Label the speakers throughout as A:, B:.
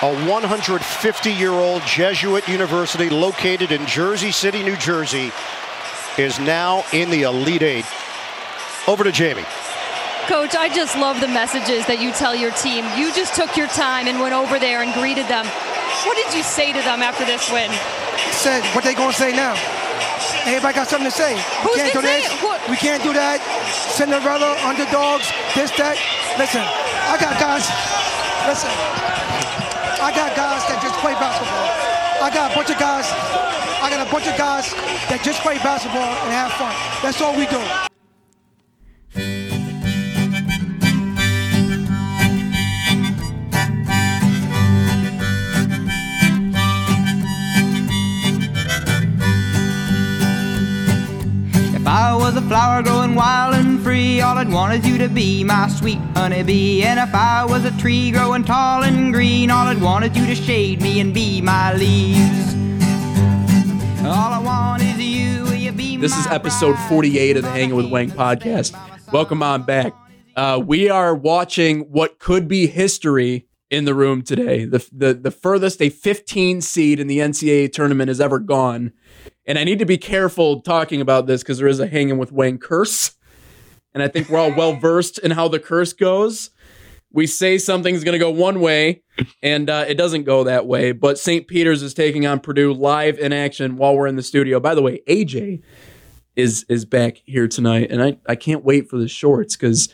A: a 150-year-old Jesuit university located in Jersey City, New Jersey, is now in the Elite Eight. Over to Jamie.
B: Coach, I just love the messages that you tell your team. You just took your time and went over there and greeted them. What did you say to them after this win?
C: Said what they gonna say now? Everybody got something to say.
B: Who's
C: we can't do
B: gonna say
C: this.
B: it? What-
C: We can't do that. Cinderella, underdogs, this, that. Listen, I got guys. Listen, I got guys that just play basketball. I got a bunch of guys. I got a bunch of guys that just play basketball and have fun. That's all we do.
D: If I was a flower growing wild and free, all I'd want is you to be my sweet honeybee. And if I was a tree growing tall and green, all I'd want is you to shade me and be my leaves. All I want is you, will you be
E: This
D: my
E: is episode
D: bride?
E: 48 of the Hanging with Wang podcast. Welcome on back. Uh, we are watching what could be history in the room today. The, the the furthest a 15 seed in the NCAA tournament has ever gone. And I need to be careful talking about this because there is a Hanging with Wang curse. And I think we're all well versed in how the curse goes. We say something's going to go one way, and uh, it doesn't go that way. But St. Peter's is taking on Purdue live in action while we're in the studio. By the way, AJ, is is back here tonight, and I I can't wait for the shorts because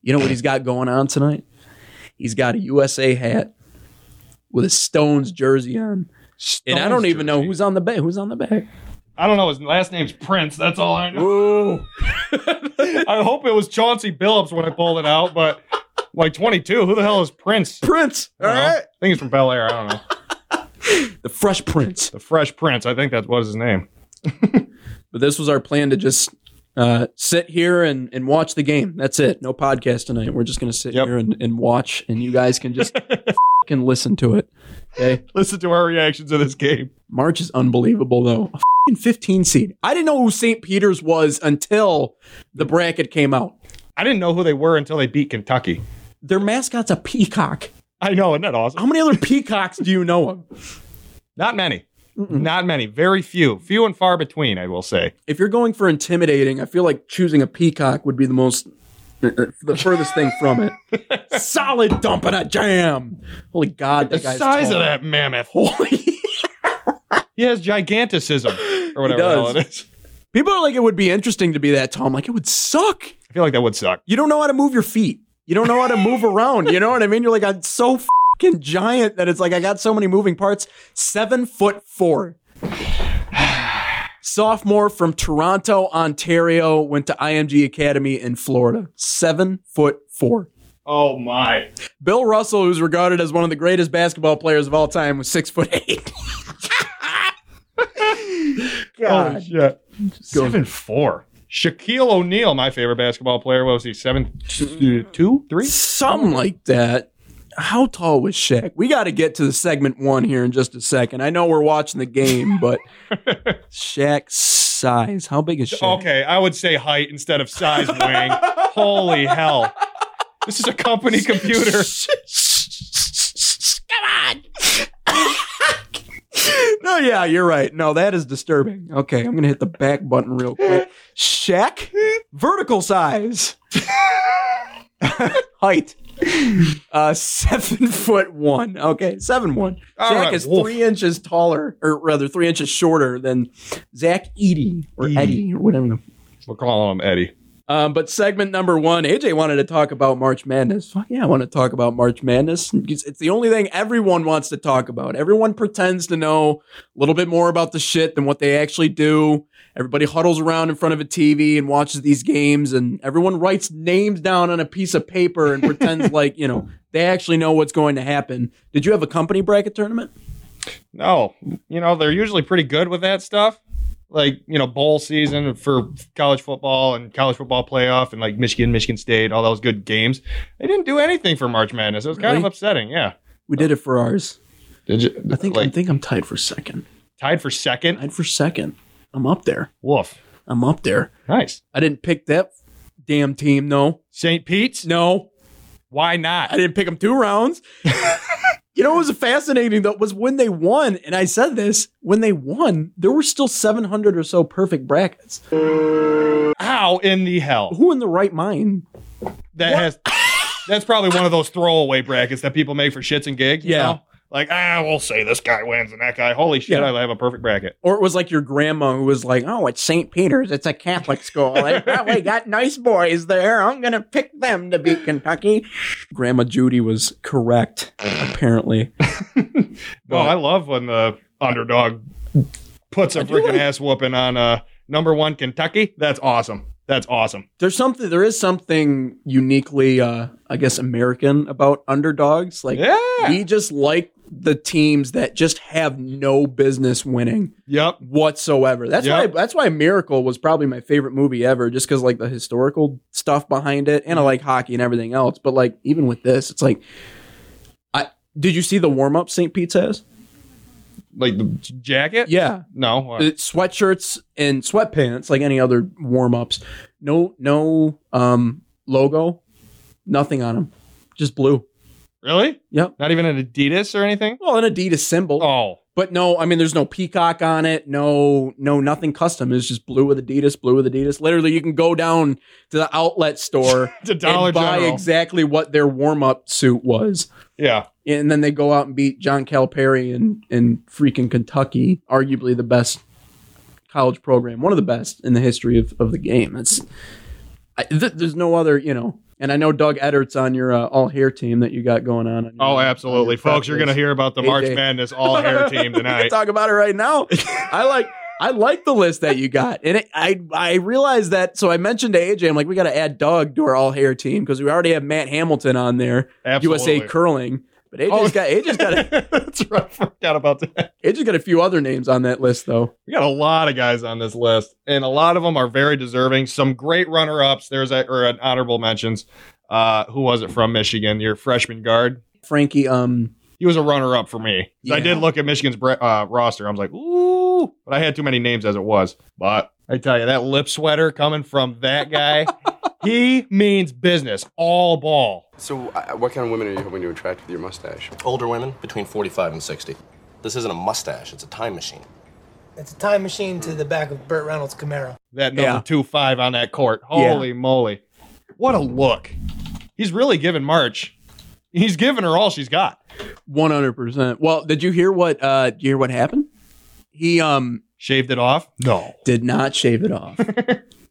E: you know what he's got going on tonight. He's got a USA hat with a Stones jersey on, and I don't even know who's on the back. Who's on the back?
F: I don't know. His last name's Prince. That's all I know.
E: Ooh,
F: I hope it was Chauncey Billups when I pulled it out, but like 22. Who the hell is Prince?
E: Prince. All
F: I don't know.
E: right,
F: I think he's from Bel Air. I don't know.
E: the Fresh Prince.
F: The Fresh Prince. I think that was his name.
E: But this was our plan to just. Uh, sit here and, and watch the game. That's it. No podcast tonight. We're just gonna sit
F: Yep.
E: here and, and watch, and you guys can just and listen to it. Okay.
F: Listen to our reactions to this game.
E: March is unbelievable, though. A fing 15 seed. I didn't know who St. Peter's was until the bracket came out.
F: I didn't know who they were until they beat Kentucky.
E: Their mascot's a peacock.
F: I know. Isn't that
E: How
F: awesome?
E: many other peacocks do you know of?
F: Not many. Not many. Very few. Few and far between, I will say.
E: If you're going for intimidating, I feel like choosing a peacock would be the most, uh, the furthest thing from it. Solid dump and a jam. Holy God, that
F: The
E: guy's
F: size
E: tall.
F: of that mammoth.
E: Holy.
F: He has giganticism or whatever the hell
E: does.
F: it is.
E: People are like, it would be interesting to be that tall. I'm like, it would suck.
F: I feel like that would suck.
E: you don't know how to move your feet. You don't know how to move around. You know what I mean? You're like, I'm so fucking giant that it's like I got so many moving parts. Seven foot four. Sophomore from Toronto, Ontario, went to IMG Academy in Florida. Seven foot four.
F: Oh my.
E: Bill Russell, who's regarded as one of the greatest basketball players of all time, was six foot eight.
F: Holy
E: God.
F: shit. Seven four. Shaquille O'Neal, my favorite basketball player, what was he? Seven two, two, three?
E: Something like that. How tall was Shaq? We got to get to the segment one here in just a second. I know we're watching the game, but Shaq's size. How big is Shaq?
F: Okay, I would say height instead of size wing. Holy hell. This is a company computer.
E: No, Oh, yeah, you're right. No, that is disturbing. Okay, I'm going to hit the back button real quick. Shaq, vertical size. Height. Uh, seven foot one. Okay, seven one.
F: All
E: Shaq
F: right,
E: is
F: Wolf.
E: three inches taller, or rather, three inches shorter than Zach Eady or Eddie or whatever the
F: We're calling him Eddie.
E: um, but segment number one, AJ wanted to talk about March Madness. Fuck yeah, I want to talk about March Madness. It's it's the only thing everyone wants to talk about. Everyone pretends to know a little bit more about the shit than what they actually do. Everybody huddles around in front of a TV and watches these games, and everyone writes names down on a piece of paper and pretends like, you know, they actually know what's going to happen. Did you have a company bracket tournament?
F: No, you know, they're usually pretty good with that stuff. Like, you know, bowl season for college football and college football playoff and like Michigan, Michigan State, all those good games. They didn't do anything for March Madness. It was kind of
E: Really?
F: upsetting. Yeah.
E: We did it for ours.
F: Did you,
E: I think I
F: like
E: think I'm tied for second.
F: tied for second?
E: Tied for second. I'm up there.
F: Woof.
E: I'm up there.
F: Nice.
E: I didn't pick that damn team. No,
F: St. Pete's?
E: no,
F: Why
E: I
F: not?
E: didn't pick them two rounds. You know what was fascinating though was when they won, and I said this when they won, there were still 700 or so perfect brackets.
F: How in the hell?
E: Who in the right mind?
F: That has that's probably one of those throwaway brackets that people make for shits and gigs. you
E: Yeah.
F: know? Like, ah, we'll say this guy wins and that guy. Holy shit,
E: Yeah.
F: I have a perfect bracket.
E: Or it was like your grandma who was like, "Oh, it's St. Peter's. It's a Catholic school. They probably got nice boys there. I'm gonna pick them to beat Kentucky." Grandma Judy was correct, apparently.
F: No, I love when the underdog puts a freaking ass whooping on uh number one Kentucky. That's awesome. That's awesome.
E: there's something there is something uniquely uh i guess american about underdogs like
F: Yeah.
E: we just like the teams that just have no business winning
F: Yep.
E: whatsoever that's
F: Yep.
E: why that's why miracle was probably my favorite movie ever just because like the historical stuff behind it and i like hockey and everything else but like even with this it's like i did you see the warm-up st pete's has
F: Like the j- jacket?
E: yeah
F: No. uh,
E: it's sweatshirts and sweatpants like any other warm-ups no no um logo nothing on them just blue
F: really?
E: yep
F: Not even an Adidas or anything?
E: well an adidas symbol
F: Oh.
E: but no i mean there's no peacock on it no no nothing custom it's just blue with adidas blue with adidas literally you can go down to the outlet store
F: To Dollar
E: and buy
F: General.
E: exactly what their warm-up suit was
F: Yeah.
E: and then they go out and beat John Calipari in in freaking Kentucky, arguably the best college program, one of the best in the history of, of the game. That's I, th- there's no other, you know. And I know Doug Edert's on your uh, all hair team that you got going on. on your-
F: Oh, absolutely.
E: on your
F: Folks, you're going to
E: practice.
F: hear about the
E: AJ.
F: March Madness all hair team
E: We can
F: tonight.
E: talk about it right now. I like I like the list that you got, and it, I I realized that. So I mentioned to AJ, I'm like, we got to add Doug to our all hair team because we already have Matt Hamilton on there, USA
F: Absolutely.
E: curling. But AJ's
F: Oh.
E: got AJ's got a,
F: That's right. I forgot about that.
E: AJ's got a few other names on that list though.
F: We got a lot of guys on this list, and a lot of them are very deserving. Some great runner ups. There's a, or an honorable mentions. Uh, who was it from Michigan? Your freshman guard.
E: Frankie, um,
F: He was a runner up for me. 'Cause I
E: Yeah.
F: did look at Michigan's bre- uh, roster. I was like, ooh, but I had too many names as it was. But I tell you, that lip sweater coming from that guy, he means business, all ball.
G: So, uh, what kind of women are you hoping to attract with your mustache?
H: Older women between 45 and 60. This isn't a mustache, it's a time machine.
I: It's a time machine to the back of Burt Reynolds' Camaro.
F: that
E: Yeah.
F: number two five on that court. Holy moly. What a look. He's really giving March. He's giving her all she's got.
E: one hundred percent. Well, did you hear what? Uh, did you hear what happened? He um
F: Shaved it off? No.
E: did not shave it off.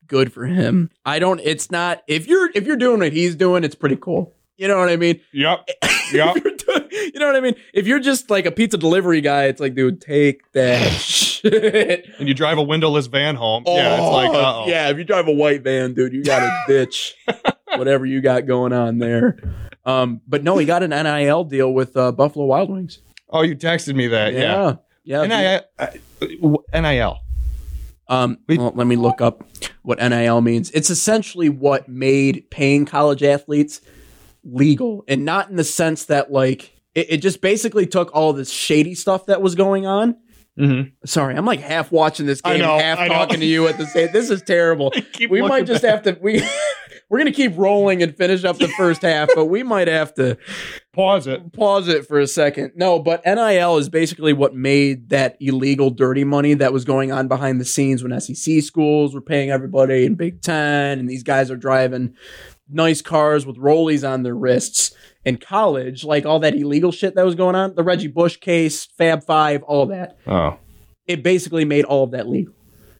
E: Good for him. I don't. It's not. If you're if you're doing what he's doing, it's pretty cool. You know what I mean?
F: Yep. Yep.
E: If you're doing- you know what I mean? If you're just like a pizza delivery guy, it's like, dude, take that shit.
F: and you drive a windowless van home. yeah, it's like, uh oh.
E: yeah. If you drive a white van, dude, you got to ditch whatever you got going on there. Um, but no, he got an NIL deal with uh, Buffalo Wild Wings.
F: Oh, you texted me that. Yeah.
E: yeah.
F: NIL. uh, w- NIL.
E: Um, well, let me look up what NIL means. It's essentially what made paying college athletes legal, and not in the sense that like it, it just basically took all this shady stuff that was going on.
F: Mhm.
E: Sorry, I'm like half watching this
F: I
E: game,
F: know,
E: half
F: I know.
E: talking to you at the same. This is terrible.
F: keep
E: We
F: looking
E: might just have to we. We're gonna keep rolling and finish up the first half, but we might have to
F: Pause it.
E: pause it for a second. No, but NIL is basically what made that illegal dirty money that was going on behind the scenes when SEC schools were paying everybody in Big Ten and these guys are driving nice cars with rollies on their wrists in college, like all that illegal shit that was going on, the Reggie Bush case, Fab Five, all that
F: Oh.
E: it basically made all of that legal.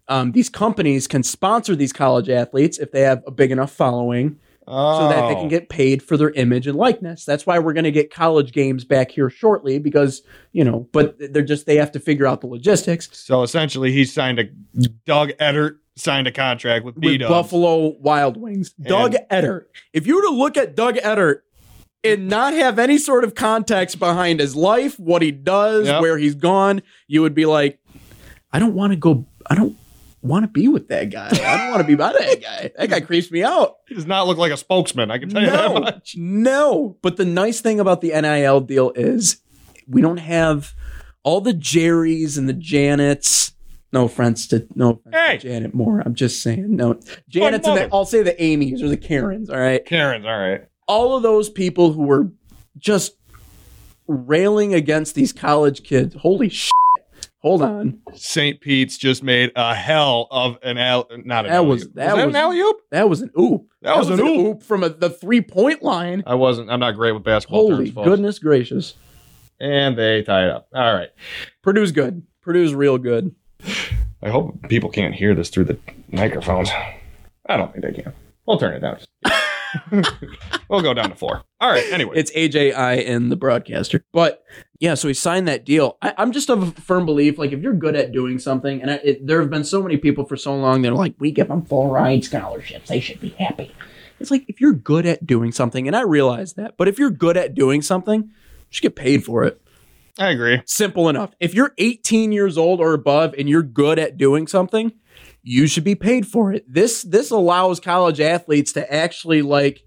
E: Um, these companies can sponsor these college athletes if they have a big enough following
F: Oh.
E: so that they can get paid for their image and likeness. That's why we're going to get college games back here shortly because, you know, but they're just, they have to figure out the logistics.
F: So essentially, he signed a. Doug Eddert signed a contract with B
E: With Buffalo Wild Wings. Doug Eddert. If you were to look at Doug Eddert and not have any sort of context behind his life, what he does,
F: Yep.
E: where he's gone, you would be like, I don't want to go, I don't want to be with that guy. I don't want to be by that guy. That guy creeps me out.
F: He does not look like a spokesman. I can tell you that
E: No,
F: much.
E: no. But the nice thing about the NIL deal is we don't have all the Jerry's and the Janets. No offense to no offense
F: Hey.
E: to Janet Moore. I'm just saying no. Janet's and
F: mother.
E: the, I'll say the Amy's or the Karens. All right,
F: Karen's all right.
E: all of those people who were just railing against these college kids. Holy shit. Hold on.
F: St. Pete's just made a hell of an al- not an
E: That was-
F: alley-oop.
E: that
F: that
E: was-
F: an alley oop.
E: That was an oop.
F: That was an oop.
E: from a, the three point line.
F: I wasn't. I'm not great with basketball.
E: Holy
F: terms, folks.
E: goodness gracious.
F: And they tie it up. All right.
E: Purdue's good. Purdue's real good.
F: I hope people can't hear this through the microphones. I don't think they can. We'll turn it down. we'll go down to four. All right. Anyway,
E: It's AJI and the broadcaster. But yeah, so he signed that deal. I, I'm just of a firm belief, like if you're good at doing something, and I, it, there have been so many people for so long, they're like, we give them full ride scholarships. They should be happy. It's like if you're good at doing something, and I realize that, but if you're good at doing something, you should get paid for it.
F: I agree.
E: Simple enough. If you're 18 years old or above and you're good at doing something, you should be paid for it. This this allows college athletes to actually like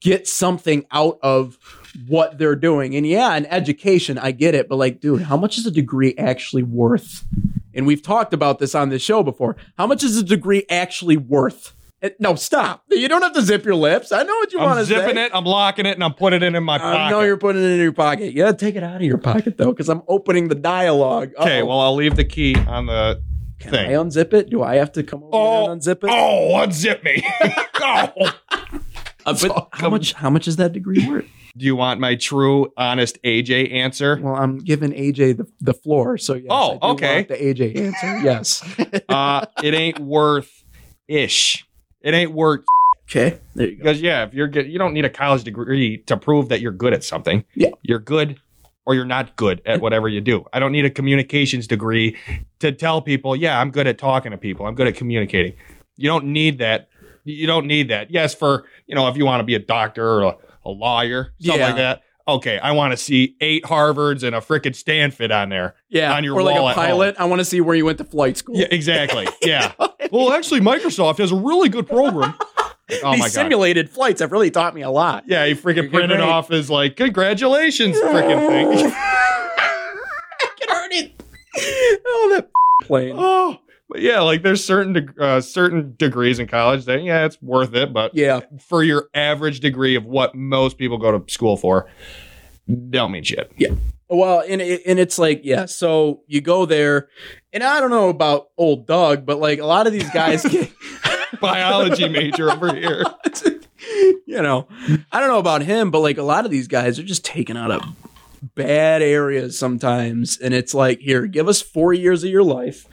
E: get something out of what they're doing. And yeah, an education, I get it, but like dude, how much is a degree actually worth? And we've talked about this on this show before. How much is a degree actually worth? Eh, No, stop. You don't have to zip your lips. I know what you want
F: I'm
E: to say.
F: zipping it. I'm locking it, and I'm putting it in my pocket.
E: I know you're putting it in your pocket. Yeah, take it out of your pocket though, because I'm opening the dialogue.
F: okay.
E: Uh-oh.
F: Well, I'll leave the key on the
E: I
F: thing.
E: unzip it. Do I have to come over here and unzip it?
F: Oh, unzip me. oh.
E: Uh, but how much? How much is that degree worth?
F: Do you want my true, honest AJ answer?
E: Well, I'm giving AJ the, the floor, so yes, I
F: Oh,
E: do
F: okay.
E: want The AJ answer, yes.
F: uh, it ain't worth ish. It ain't worth
E: okay, there you go.
F: because yeah, if you're good, you don't need a college degree to prove that you're good at something.
E: Yeah.
F: you're good or you're not good at whatever you do. I don't need a communications degree to tell people, yeah, I'm good at talking to people. I'm good at communicating. You don't need that. You don't need that. Yes, for you know, if you want to be a doctor or a, a lawyer, something
E: Yeah.
F: like that. Okay, I want to see eight Harvards and a freaking Stanford on there.
E: Yeah,
F: on your
E: or like
F: wall
E: a
F: at home.
E: pilot. I want to see where you went to flight school.
F: Yeah, exactly. Yeah. well, actually, Microsoft has a really good program. Oh
E: These
F: my god.
E: simulated flights have really taught me a lot.
F: Yeah, he freaking printed
E: great.
F: off his like, congratulations, freaking thing.
E: I can already. oh, that plane.
F: oh, but yeah, like there's certain deg- uh, certain degrees in college that yeah, it's worth it, but
E: Yeah,
F: for your average degree of what most people go to school for, don't mean shit.
E: Well, and it, and it's like yeah, so you go there, and I don't know about old Doug, but like a lot of these guys, get,
F: Biology major over here.
E: you know, I don't know about him, but like a lot of these guys are just taken out of bad areas sometimes, and it's like here, give us four years of your life.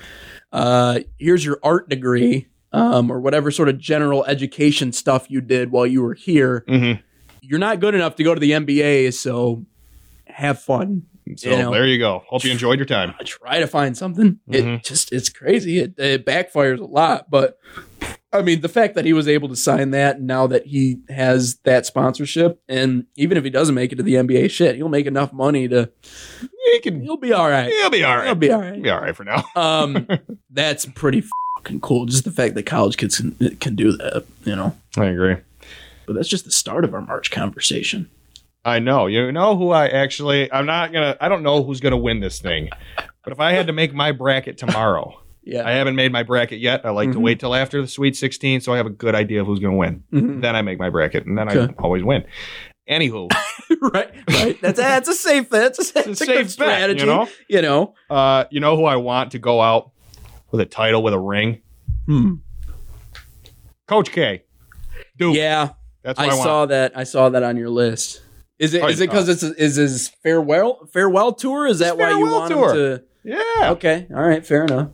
E: Uh, here's your art degree, um, or whatever sort of general education stuff you did while you were here.
F: Mhm.
E: You're not good enough to go to the NBA, so have fun.
F: So
E: You know.
F: there you go. Hope you enjoyed your time.
E: I try to find something.
F: Mm-hmm.
E: It just it's crazy. It, it backfires a lot, but I mean the fact that he was able to sign that and now that he has that sponsorship, and even if he doesn't make it to the NBA, shit, he'll make enough money to
F: You can.
E: he'll be all right.
F: You'll be all
E: He'll
F: right.
E: be all right.
F: Be all right for now.
E: Um, that's pretty fucking cool. Just the fact that college kids can can do that, you know.
F: I agree.
E: But that's just the start of our March conversation.
F: I know. You know who I actually I'm not gonna I don't know who's gonna win this thing. But if I had to make my bracket tomorrow,
E: Yeah.
F: I haven't made my bracket yet. I like
E: Mm-hmm.
F: to wait till after the sweet sixteen so I have a good idea of who's gonna win. Then I make my bracket and then
E: Mm-hmm. Okay.
F: I always win. Anywho,
E: right. Right. That's that's a safe that's a, that's a good
F: safe bet, you
E: strategy.
F: know?
E: You know?
F: uh you know who I want to go out with a title with a ring?
E: Hmm.
F: Coach K. Dude,
E: Yeah.
F: that's what I,
E: I,
F: want.
E: saw that. I saw that on your list. Is it?
F: Oh,
E: Is it because it's is his farewell farewell tour? Is that why you
F: farewell
E: want him
F: tour.
E: to?
F: yeah.
E: Okay, all right, fair enough.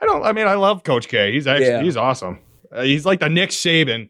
F: I don't I mean I love Coach K. He's actually
E: Yeah.
F: he's awesome. Uh, he's like the Nick Saban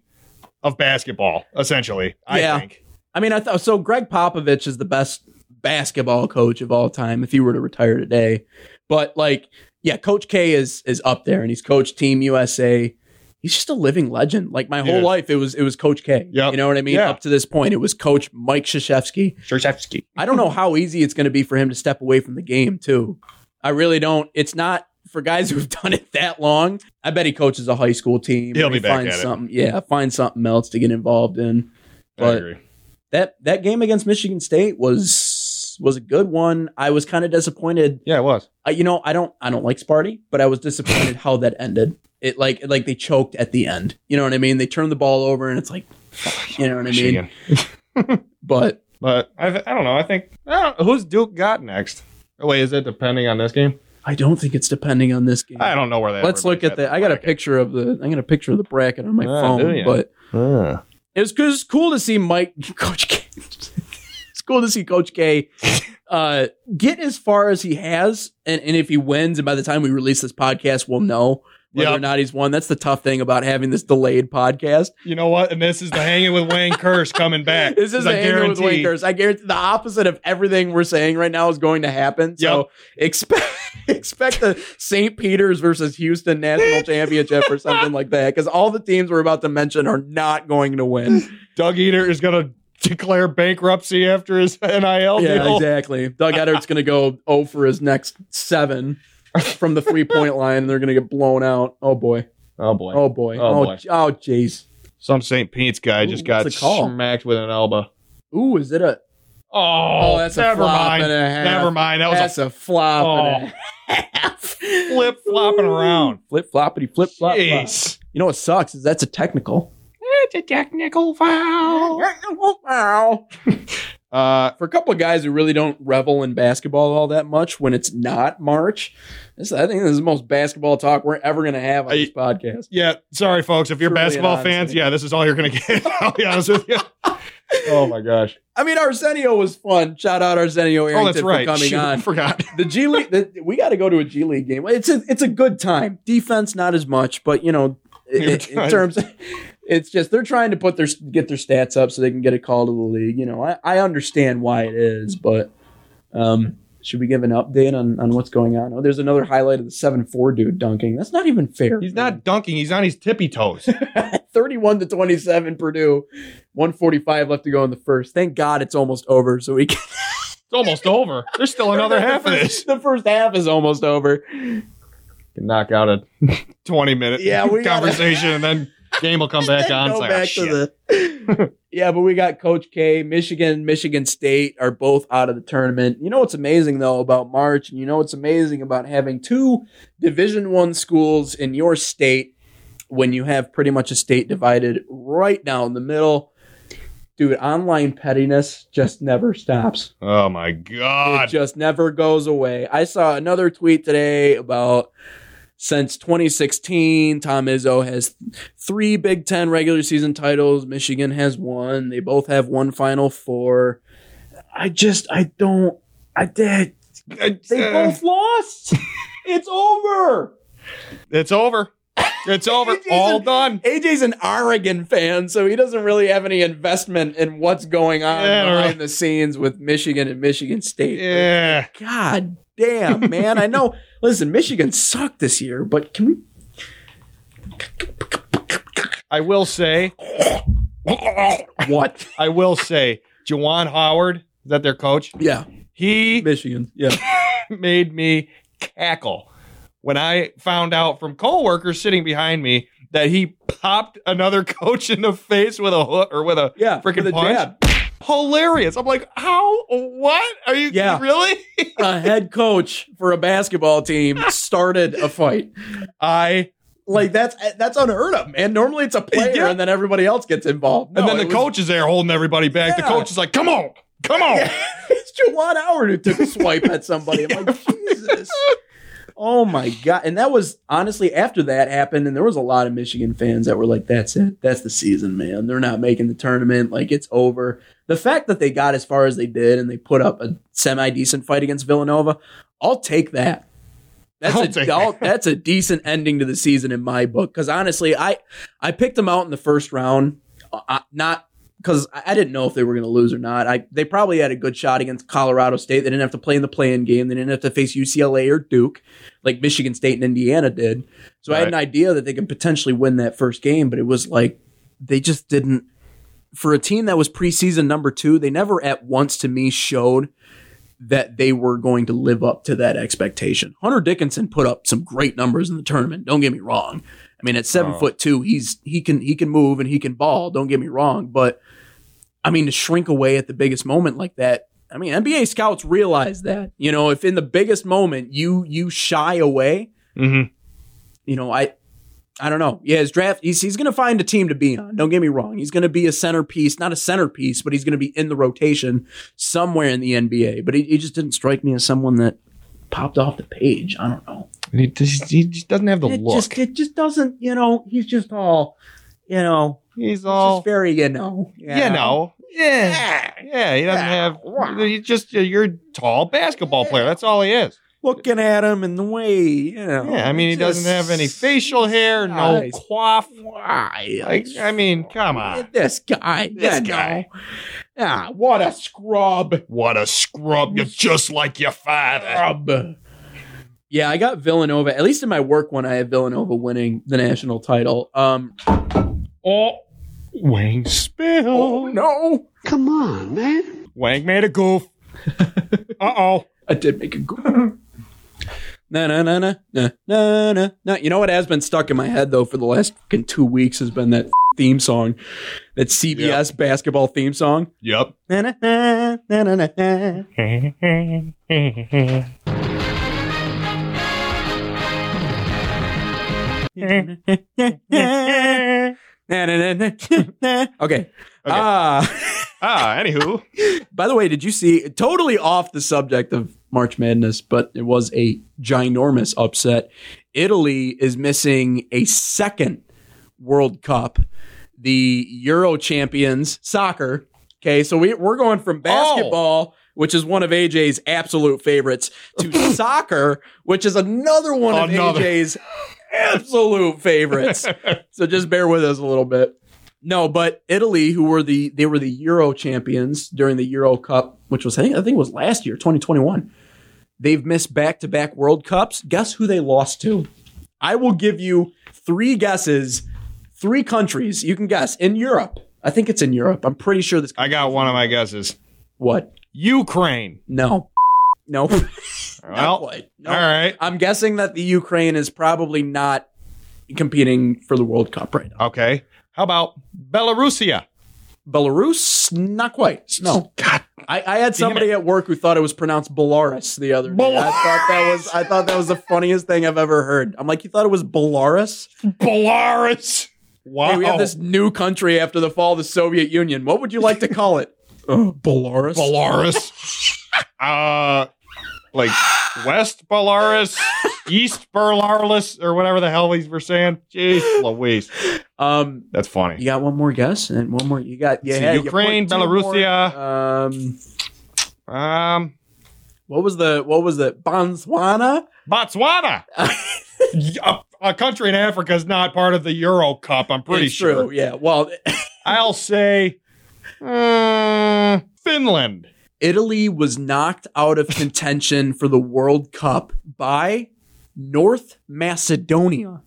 F: of basketball, essentially. I
E: Yeah.
F: think.
E: I mean, I thought so. Greg Popovich is the best basketball coach of all time. If he were to retire today, but like, yeah, Coach K is is up there, and he's coached Team USA. He's just a living legend. Like my
F: He
E: whole
F: is.
E: life, it was it was Coach K.
F: Yep.
E: You know what I mean?
F: Yeah.
E: Up to this point, it was Coach Mike Krzyzewski.
F: Krzyzewski.
E: I don't know how easy it's going to be for him to step away from the game, too. I really don't. It's not for guys who've done it that long. I bet he coaches a high school team.
F: He'll
E: and
F: be
E: he
F: back
E: finds
F: at it.
E: something. Yeah, find something else to get involved in.
F: I
E: But-
F: agree.
E: That that game against Michigan State was was a good one. I was kind of disappointed.
F: Yeah, it was.
E: I, you know, I don't I don't like Sparty, but I was disappointed how that ended. It like like they choked at the end. You know what I mean? They turned the ball over, and it's like, you know what I mean? But
F: But I, I don't know. I think I don't, who's Duke got next? Oh, wait, is it depending on this game?
E: I don't think it's depending on this game.
F: I don't know where that.
E: Let's look at the.
F: that.
E: I got a picture of the. I got a picture of the bracket on my
F: Ah, do
E: phone,
F: ya?
E: but it was, it was cool to see Mike Coach K. it's cool to see Coach K uh, get as far as he has, and, and if he wins, and by the time we release this podcast, we'll know whether
F: Yep.
E: or not he's won. That's the tough thing about having this delayed podcast.
F: You know what? And this is the hanging with Wayne curse coming back.
E: This is
F: I
E: the anger with
F: guarantee.
E: Lakers. I guarantee the opposite of everything we're saying right now is going to happen. So expect expect the St. Peter's versus Houston national championship or something like that, because all the teams we're about to mention are not going to win.
F: Doug Eater is gonna declare bankruptcy after his NIL
E: yeah,
F: deal.
E: exactly. Doug Edwards going to go 0 for his next seven from the three point line, and they're going to get blown out. Oh boy.
F: Oh boy.
E: Oh boy.
F: Oh,
E: Oh
F: boy.
E: j- oh jeez.
F: Some St. Pete's guy
E: Ooh,
F: just got
E: what's it called?
F: smacked with an elbow.
E: Ooh, is it a?
F: Oh,
E: Oh, that's a
F: never
E: flop
F: mind.
E: and a half.
F: Never mind. That was oh,
E: that's a, flop. and
F: a flip flopping around.
E: a flip floppity flip flop. flop.
F: Jeez.
E: You know what sucks is that's a technical.
F: It's a technical foul. Uh,
E: For a couple of guys who really don't revel in basketball all that much when it's not March, this, I think this is the most basketball talk we're ever going to have on this
F: I-
E: podcast.
F: yeah, sorry, folks. If you're
E: Truly
F: basketball
E: an odyssey.
F: fans, yeah, this is all you're going to get. I'll be honest with you. oh, my gosh.
E: I mean, Arsenio was fun. Shout out Arsenio
F: Oh,
E: Arrington
F: that's right.
E: for coming
F: Shoot,
E: on.
F: forgot.
E: the G League, the, we got to go to a G League game. It's a, it's a good time. Defense, not as much, but you know, i-
F: You're
E: in,
F: trying.
E: terms, it's just they're trying to put their get their stats up so they can get a call to the league. You know, I, I understand why it is, but um, should we give an update on, on what's going on? Oh, there's another highlight of the seven four dude dunking. That's not even fair.
F: He's not dunking. He's on his tippy toes.
E: thirty one to twenty seven Purdue, one forty five left to go in the first. Thank God it's almost over, so we can
F: It's almost over. There's still another
E: the
F: half of
E: first-
F: this.
E: The first half is almost over.
F: Can knock out a 20 minute
E: Yeah, we gotta-
F: conversation and then game will come back on.
E: Go
F: It's like,
E: back
F: oh,
E: to
F: shit.
E: the- yeah, but we got Coach K, Michigan, Michigan State are both out of the tournament. You know what's amazing though about March, and you know what's amazing about having two Division One schools in your state when you have pretty much a state divided right down the middle. Dude, online pettiness just never stops.
F: oh, my
E: It
F: God.
E: just never goes away. I saw another tweet today about since 2016, Tom Izzo has three Big Ten regular season titles. Michigan has one. They both have one Final Four. I just, I don't, I did. They
F: uh,
E: both lost. It's over.
F: It's over. It's over.
E: Jason-
F: All done.
E: AJ's an Oregon fan, so he doesn't really have any investment in what's going on
F: Yeah, I don't
E: behind
F: know.
E: the scenes with Michigan and Michigan State.
F: Yeah.
E: God damn, man. I know. Listen, Michigan sucked this year, but can we?
F: I will say,
E: What?
F: I will say, Jawan Howard, is that their coach?
E: Yeah,
F: He
E: Michigan. Yeah.
F: made me cackle when I found out from coworkers sitting behind me that he popped another coach in the face with a hook or with a
E: Yeah,
F: freaking
E: with a
F: punch.
E: jab.
F: Hilarious. I'm like, how? What? Are you
E: Yeah.
F: really?
E: A head coach for a basketball team started a fight.
F: I
E: Like that's that's unheard of, man. Normally it's a player
F: Yeah.
E: and then everybody else gets involved.
F: and
E: No,
F: then the
E: it was-
F: coach is there holding everybody back.
E: Yeah.
F: The coach is like, come on, come on.
E: it's Jawan Howard who took a swipe at somebody. I'm like, Jesus. Oh my god! And that was honestly after that happened, and there was a lot of Michigan fans that were like, "That's it. That's the season, man. They're not making the tournament. Like it's over." The fact that they got as far as they did and they put up a semi decent fight against Villanova, I'll take that. That's
F: I'll
E: a
F: take
E: I'll- that's a decent ending to the season in my book. Because honestly, I I picked them out in the first round, uh, I- not because I I didn't know if they were going to lose or not. I they probably had a good shot against Colorado State. They didn't have to play in the play-in game. They didn't have to face UCLA or Duke, like Michigan State and Indiana did. So I had
F: Right.
E: an idea that they could potentially win that first game, but it was like they just didn't. For a team that was preseason number two, they never at once to me showed that they were going to live up to that expectation. Hunter Dickinson put up some great numbers in the tournament. Don't get me wrong. I mean, at seven foot two, he's he can he can move and he can ball. Don't get me wrong, but I mean to shrink away at the biggest moment like that. I mean, NBA scouts realize that you know if in the biggest moment you you shy away,
F: Mhm.
E: you know I I don't know. Yeah, his draft, he's, he's going to find a team to be on. Don't get me wrong. He's going to be a centerpiece, not a centerpiece, but he's going to be in the rotation somewhere in the NBA. But he, he just didn't strike me as someone that popped off the page. I don't know.
F: He just, he just doesn't have the
E: It
F: look.
E: just, it just doesn't, you know, he's just all, you know,
F: he's
E: just
F: all,
E: very, you know. You
F: you know. Yeah, yeah. He doesn't have. He's just uh, you're a tall basketball player. That's all he is.
E: Looking at him in the way, you know.
F: Yeah, I mean, he doesn't
E: Oh, just-
F: have any facial hair, no
E: Nice.
F: quaff.
E: Why?
F: Like, I mean, come on.
E: this guy.
F: This
E: you know.
F: guy.
E: Ah, what a scrub.
F: What a scrub. You're just like your father.
E: Scrub. Yeah, I got Villanova. At least in my work one, I have Villanova winning the national title. Um,
F: Oh, Wang spill.
E: Oh, no,
F: Wang made a goof. uh oh.
E: I did make a goal. Na na na na na na na na. You know what has been stuck in my head though for the last fucking two weeks has been that theme song, that CBS basketball theme song.
F: Yep.
E: Na na na na na na. Na, na, na, na, na. Okay. Ah.
F: Ah, anywho.
E: By the way, did you see totally off the subject of March Madness, but it was a ginormous upset. Italy is missing a second World Cup. The Euro champions, soccer. Okay, so we, we're going from basketball, which is one of AJ's absolute favorites, to soccer, which is another one of
F: Another.
E: AJ's absolute favorites. so just bear with us a little bit. No, but Italy, who were the they were the Euro champions during the Euro Cup, which was I think I think it was last year, 2021. They've missed back to back World Cups. Guess who they lost to? I will give you three guesses, three countries. You can guess in Europe. I think it's in Europe. I'm pretty sure this.
F: I got one of my guesses.
E: What?
F: Ukraine.
E: No, no.
F: Well,
E: What? No.
F: all right.
E: I'm guessing that the Ukraine is probably not competing for the World Cup right now.
F: Okay. How about Belarusia?
E: Belarus? Not quite. No.
F: Oh, God.
E: I, I had somebody at work who thought it was pronounced Belarus the other day. I thought that was I thought that was the funniest thing I've ever heard. I'm like, you thought it was Belarus?
F: Belarus. Wow.
E: Hey, we have this new country after the fall of the Soviet Union. What would you like to call it?
F: Oh,
E: Uh, Belarus.
F: Belarus. uh, like West Belarus, East Belarus, or whatever the hell we were saying. Jeez Louise.
E: um,
F: That's
E: you
F: funny.
E: got one more guess and one more. You got yeah.
F: So
E: yeah, you
F: Ukraine,
E: put two more-
F: Belarusia.
E: Um,
F: Um,
E: what was the what was the Botswana?
F: Botswana. a, a country in Africa is not part of the Euro Cup, I'm pretty
E: It's
F: sure.
E: True. Yeah. Well,
F: I'll say uh, Finland.
E: Italy was knocked out of contention for the World Cup by North Macedonia.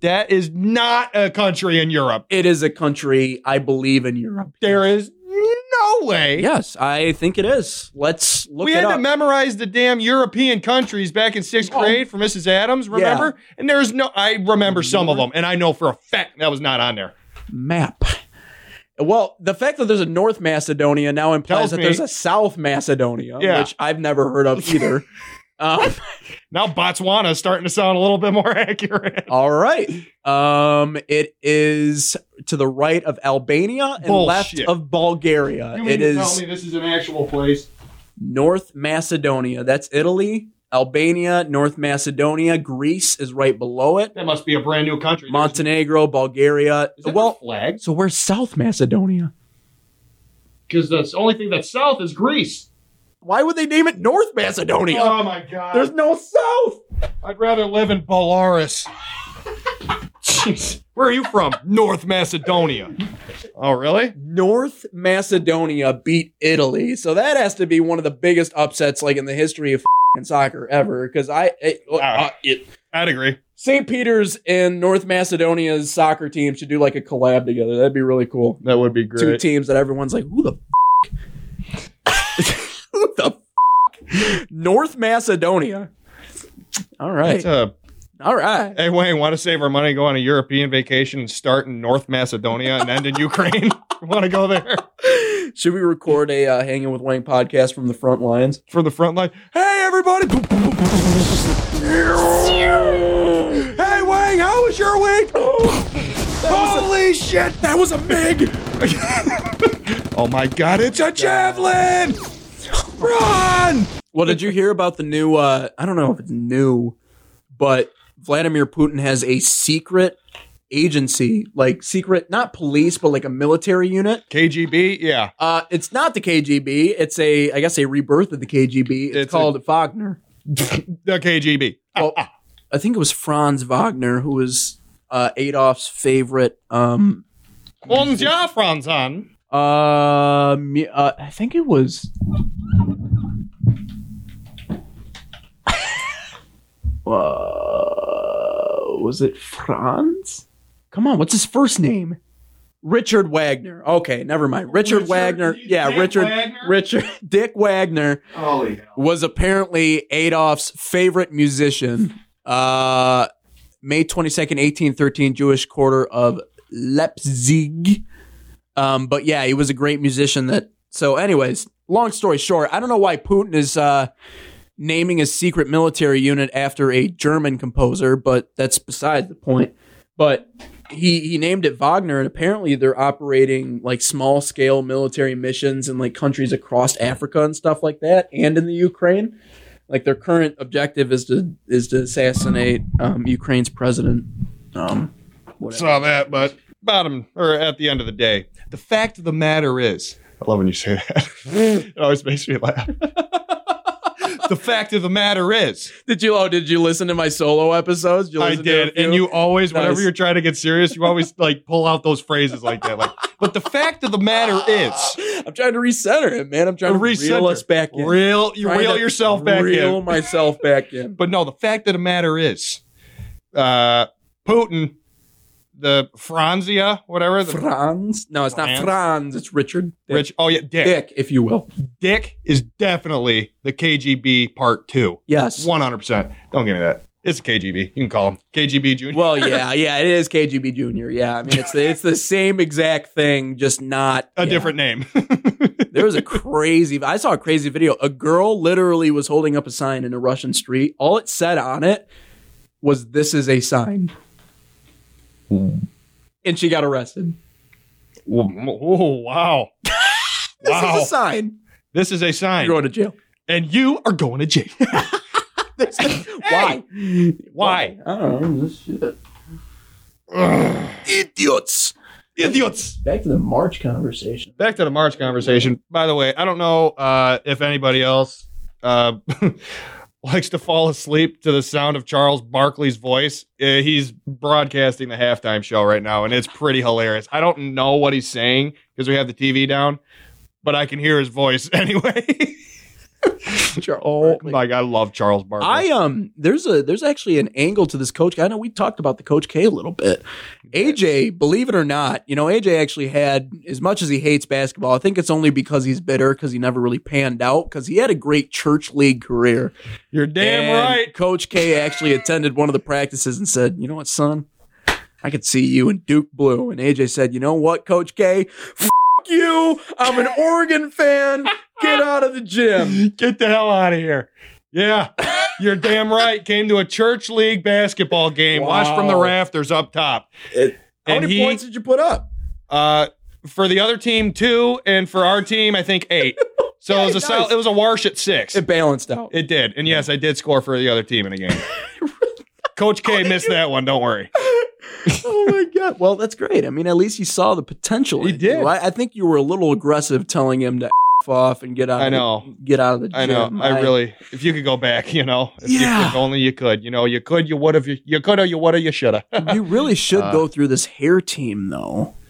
F: That is not a country in Europe.
E: It is a country, I believe, in Europe.
F: There is no way.
E: Yes, I think it is. Let's look
F: we
E: it
F: had
E: up. Oh.
F: to memorize the damn European countries back in sixth grade for Mrs. Adams, remember? And there's no, I remember some of them, and I know for a fact that was not on there.
E: Map. Well, the fact that there's a North Macedonia now implies
F: Tells
E: that
F: me-
E: there's a South Macedonia,
F: Yeah.
E: which I've never heard of either. um,
F: Now Botswana is starting to sound a little bit more accurate.
E: all right. Um, it is to the right of Albania and left
F: Bullshit.
E: of Bulgaria. Uh, It is.
F: this is an actual place?
E: North Macedonia. That's Italy, Albania, North Macedonia. Greece is right below it.
F: That must be a brand new country.
E: Montenegro, Bulgaria. Well,
F: flags
E: so where's South Macedonia?
F: because the only thing that's south is Greece.
E: Why would they name it North Macedonia?
F: Oh my god!
E: There's no South.
F: I'd rather live in Belarus. Jeez, where are you from? North Macedonia. Oh really?
E: North Macedonia beat Italy. So that has to be one of the biggest upsets like in the history of f***ing soccer ever because I it, uh, it,
F: I'd agree.
E: St. Peter's and North Macedonia's soccer team should do like a collab together. That'd be really cool.
F: That would be
E: two teams that everyone's like, who the f-? who the f-? North Macedonia. All right,
F: That's a
E: all right.
F: Uh, Hey Wayne, want to save our money, go on a European vacation, and start in North Macedonia and end in Ukraine? want to go there?
E: Should we record a uh, Hanging with Wang podcast from the front lines?
F: for the front line. Hey, everybody! hey, Wang, how was your week? Holy shit, that was a MiG! oh my god, it's a javelin! Run!
E: Well, did you hear about the new? Uh, I don't know if it's new, but Vladimir Putin has a secret agency, like secret, not police, but like a military unit.
F: KGB, yeah.
E: Uh, it's not the KGB. It's a, I guess, a rebirth of the KGB. It's,
F: It's a-
E: called Wagner.
F: The KGB.
E: Well, I think it was Franz Wagner who was uh, Adolf's favorite. Um,
F: Ons ja, Franzan.
E: uh, mu- uh, I think it was. Uh, was it Franz? Come on, what's his first name? Richard Wagner. Okay, never mind. Richard, Wagner. Yeah, Richard. Richard Dick Wagner was apparently Adolf's favorite musician. Uh, May 22nd, 1813, Jewish quarter of Leipzig. Um, but yeah, he was a great musician that so anyways, long story short, I don't know why Putin is uh naming his secret military unit after a German composer, but that's beside the point. But he he named it Wagner and apparently they're operating like small scale military missions in like countries across Africa and stuff like that and in the Ukraine. Like their current objective is to is to assassinate um, Ukraine's president. Um,
F: Saw that, but bottom or at the end of the day, the fact of the matter is. I love when you say that. it always makes me laugh. the fact of the matter is,
E: Did you? Oh, did you listen to my solo episodes? you
F: I
E: listen to
F: did,
E: a
F: and
E: few?
F: you always, whenever
E: Nice.
F: you're trying to get serious, you always like pull out those phrases like that. Like, but the fact of the matter is,
E: I'm trying to recenter it, man. I'm trying to reel
F: recenter.
E: us back in.
F: Reel, you
E: Trying
F: reel
E: to
F: yourself back
E: Reel
F: in.
E: myself back in.
F: But no, the fact of the matter is, uh, Putin, the Franzia, whatever, the
E: Franz? No, it's
F: Franz?
E: not Franz. It's Richard. Dick.
F: Rich. Oh yeah, Dick.
E: Dick, if you will.
F: Dick is definitely the KGB part two.
E: Yes.
F: One hundred percent. Don't give me that. It's KGB. You can call him KGB Junior.
E: Well, yeah, yeah, it is KGB Junior. Yeah, I mean, it's the, it's the same exact thing, just not
F: a
E: yeah.
F: different name.
E: There was a crazy. I saw a crazy video. A girl literally was holding up a sign in a Russian street. All it said on it was "This is a sign," and she got arrested.
F: oh wow.
E: This
F: Wow.
E: is a sign.
F: This is a sign.
E: You're going to jail.
F: and you are going to jail.
E: Why?
F: Why?
E: I don't know. This shit. Idiots.
F: Idiots.
E: Back to the March conversation.
F: Back to the March conversation. By the way, I don't know uh, if anybody else uh, likes to fall asleep to the sound of Charles Barkley's voice. Uh, he's broadcasting the halftime show right now, and it's pretty hilarious. I don't know what he's saying because we have the TV down, but I can hear his voice anyway. oh my god, I love Charles Barkley.
E: I um there's a there's actually an angle to this coach guy. I know we talked about the coach K a little bit. AJ, believe it or not, you know, AJ actually had as much as he hates basketball, I think it's only because he's bitter because he never really panned out because he had a great church league career.
F: You're damn
E: And
F: right.
E: Coach K actually attended one of the practices and said, "You know what, son? I could see you in Duke blue." And AJ said, "You know what, Coach K? F- you. I'm an Oregon fan. Get out of the gym."
F: Get the hell out of here. Yeah, you're damn right. Came to a church league basketball game, watched from the
E: Wow.
F: rafters up top.
E: How
F: And
E: many
F: he-
E: points did you put up?
F: Uh, for the other team, two, and for our team, I think eight. So it was a sol-
E: nice.
F: it was a wash at six.
E: It
F: It,
E: balanced out.
F: did, and yes, I did score for the other team in a game. Coach K missed that one. Don't worry.
E: oh my god! Well, that's great. I mean, at least you saw the potential.
F: He
E: in you.
F: did.
E: I, I think you were a little aggressive telling him to f off and get out.
F: I
E: of the-
F: know.
E: get out of the gym.
F: I know. I really. If you could go back, you know, if, you,
E: Yeah.
F: if only you could. You know, you could. You would have. You, you could have. You would have. You should have.
E: You really should
F: Uh,
E: go through this hair team, though.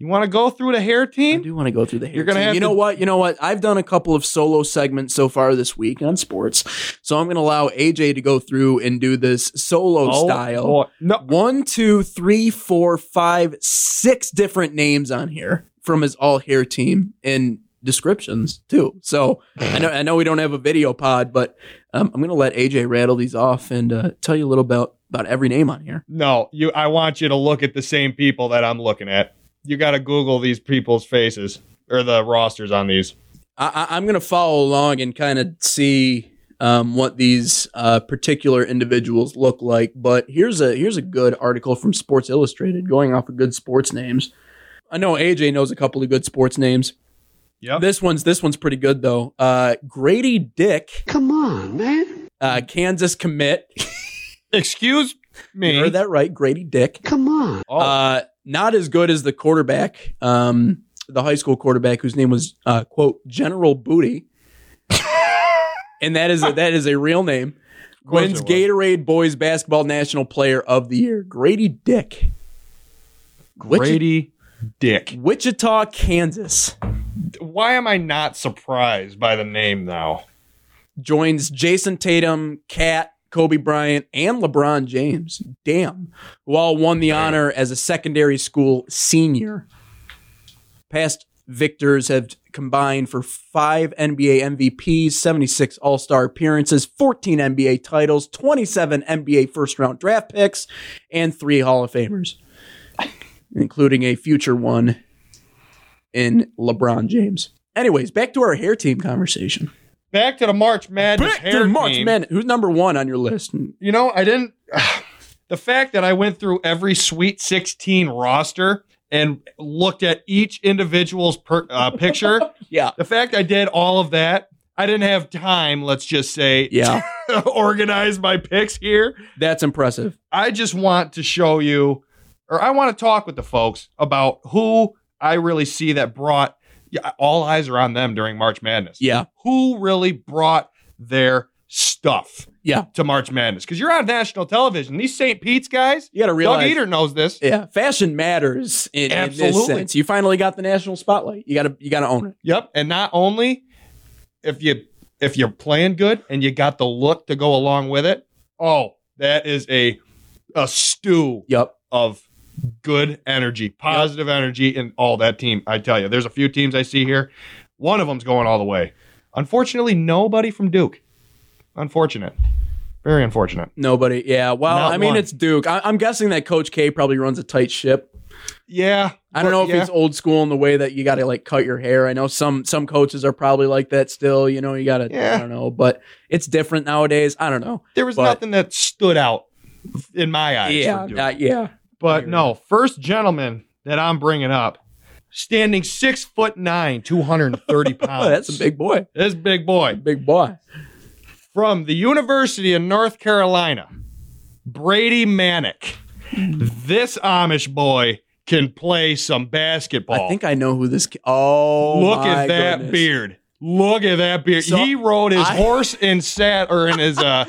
F: you want to go through the hair
E: I
F: team?
E: do want to go through the hair.
F: You're gonna
E: team.
F: have
E: you
F: to-
E: know what? You know what? I've done a couple of solo segments so far this week on sports, so I'm going to allow AJ to go through and do this solo
F: Oh,
E: style.
F: boy. No.
E: One, two, three, four, five, six different names on here from his all hair team and descriptions too. So I know I know we don't have a video pod, but um, I'm gonna let AJ rattle these off and uh, tell you a little about about every name on here.
F: No, you. I want you to look at the same people that I'm looking at. You got to Google these people's faces. or the rosters on these.
E: I, I- I'm going to follow along and kind of see um, what these uh, particular individuals look like. But here's a here's a good article from Sports Illustrated going off of good sports names. I know AJ knows a couple of good sports names.
F: Yep.
E: This one's this one's pretty good though. Uh, Grady Dick. Come on, man. Uh, Kansas commit.
F: Excuse me.
E: You heard that right, Grady Dick.
F: Oh,
E: Uh, not as good as the quarterback, um, the high school quarterback whose name was uh, quote General Booty, and that is a, that is a real name.
F: of course
E: Wins
F: it was.
E: Gatorade Boys Basketball National Player of the Year, Grady Dick, Wichi-
F: Grady Dick.
E: Wichita, Kansas,
F: Why am I not surprised by the name now?
E: joins Jason Tatum, Cat. Kobe Bryant and LeBron James, damn, who all won the honor as a secondary school senior. Past victors have combined for five NBA MVPs, 76 All Star appearances, 14 NBA titles, 27 NBA first round draft picks, and three Hall of Famers, including a future one in LeBron James. Anyways, back to our hair team conversation.
F: Back to the March Madness
E: Back
F: hair
E: to March
F: team.
E: Madness. Who's number one on your list?
F: You know, I didn't. the fact that I went through every Sweet 16 roster and looked at each individual's per, uh, picture,
E: Yeah.
F: the fact I did all of that, I didn't have time, let's just say,
E: Yeah.
F: to organize my picks here.
E: That's impressive.
F: I just want to show you, or I want to talk with the folks about who I really see that brought yeah, all eyes are on them during March Madness.
E: Yeah.
F: Who really brought their stuff
E: Yeah.
F: to March Madness? Because you're on national television. These St. Pete's guys,
E: You got to
F: Doug
E: realize.
F: Eater knows this.
E: Yeah, fashion matters in, in this
F: Absolutely.
E: sense. You finally got the national spotlight. You gotta you gotta own it.
F: Yep. And not only if you if you're playing good and you got the look to go along with it, oh, that is a a stew
E: Yep.
F: of good energy, positive energy, and all that team. I tell you, there's a few teams I see here. One of them's going all the way. Unfortunately, nobody from Duke. Unfortunate. Very unfortunate.
E: Nobody. Yeah. Well,
F: Not
E: I mean,
F: one.
E: it's Duke. I, I'm guessing that Coach K probably runs a tight ship.
F: Yeah.
E: I don't
F: but
E: know if
F: yeah.
E: he's old school in the way that you got to like cut your hair. I know some some coaches are probably like that still. You know, you got to. I
F: Yeah.
E: don't know, but it's different nowadays. I don't know.
F: there was
E: but-
F: nothing that stood out in my eyes.
E: yeah.
F: for Duke.
E: not- yeah.
F: but no, first gentleman that I'm bringing up, standing six foot nine, 230 pounds.
E: Oh, that's a big boy.
F: This big boy
E: Big boy.
F: from the University of North Carolina, Brady Manick. This Amish boy can play some basketball.
E: I think I know who this. Ki- oh,
F: Look
E: my
F: at that
E: goodness.
F: beard. Look at that beard.
E: So,
F: he rode his
E: I-
F: horse in sat or in his uh,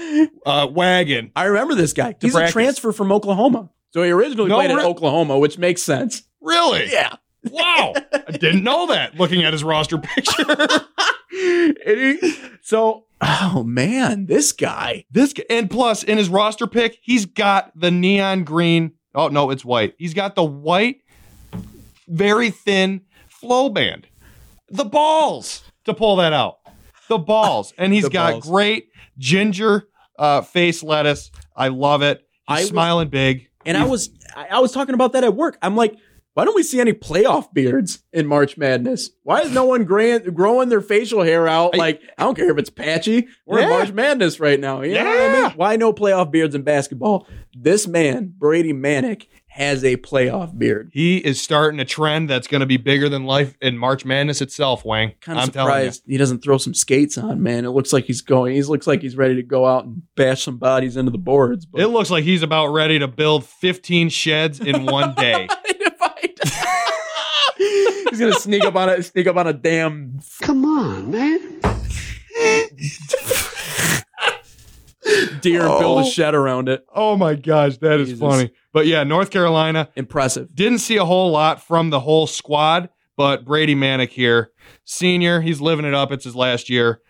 F: uh wagon.
E: I remember this guy. He's a
F: practice.
E: transfer from Oklahoma. So he originally
F: No,
E: played at
F: re-
E: Oklahoma, which makes sense.
F: Really?
E: Yeah.
F: Wow. I didn't know that looking at his roster picture.
E: And he- so, oh man, this guy.
F: This g- and plus in his roster pick, he's got the neon green. Oh no, it's white. He's got the white, very thin flow band. The balls to pull that out. The balls, and he's
E: The
F: got
E: balls.
F: great ginger uh, face lettuce. I love it. He's
E: I was-
F: smiling big.
E: And I was, I I was talking about that at work. I'm like, why don't we see any playoff beards in March Madness? Why is no one grand, growing their facial hair out?
F: I-
E: Like, I don't care if it's patchy. We're in
F: Yeah.
E: March Madness right now. You know what I mean?
F: Yeah.
E: Why no playoff beards in basketball? This man, Brady Manic, has a playoff beard.
F: He is starting a trend that's going to be bigger than life in March Madness itself. Wang,
E: kind of
F: I'm telling you.
E: surprised he doesn't throw some skates on, man. It looks like he's going. He looks like he's ready to go out and bash some bodies into the boards. But
F: It looks like he's about ready to build 15 sheds in one day.
E: If I- he's gonna sneak up on a sneak up on a damn. Come on, man. Deer and build a shed around it.
F: Oh my gosh, that is
E: Jesus.
F: funny. But yeah, North Carolina
E: Impressive.
F: didn't see a whole lot from the whole squad, but Brady Manick here, senior, he's living it up. It's his last year.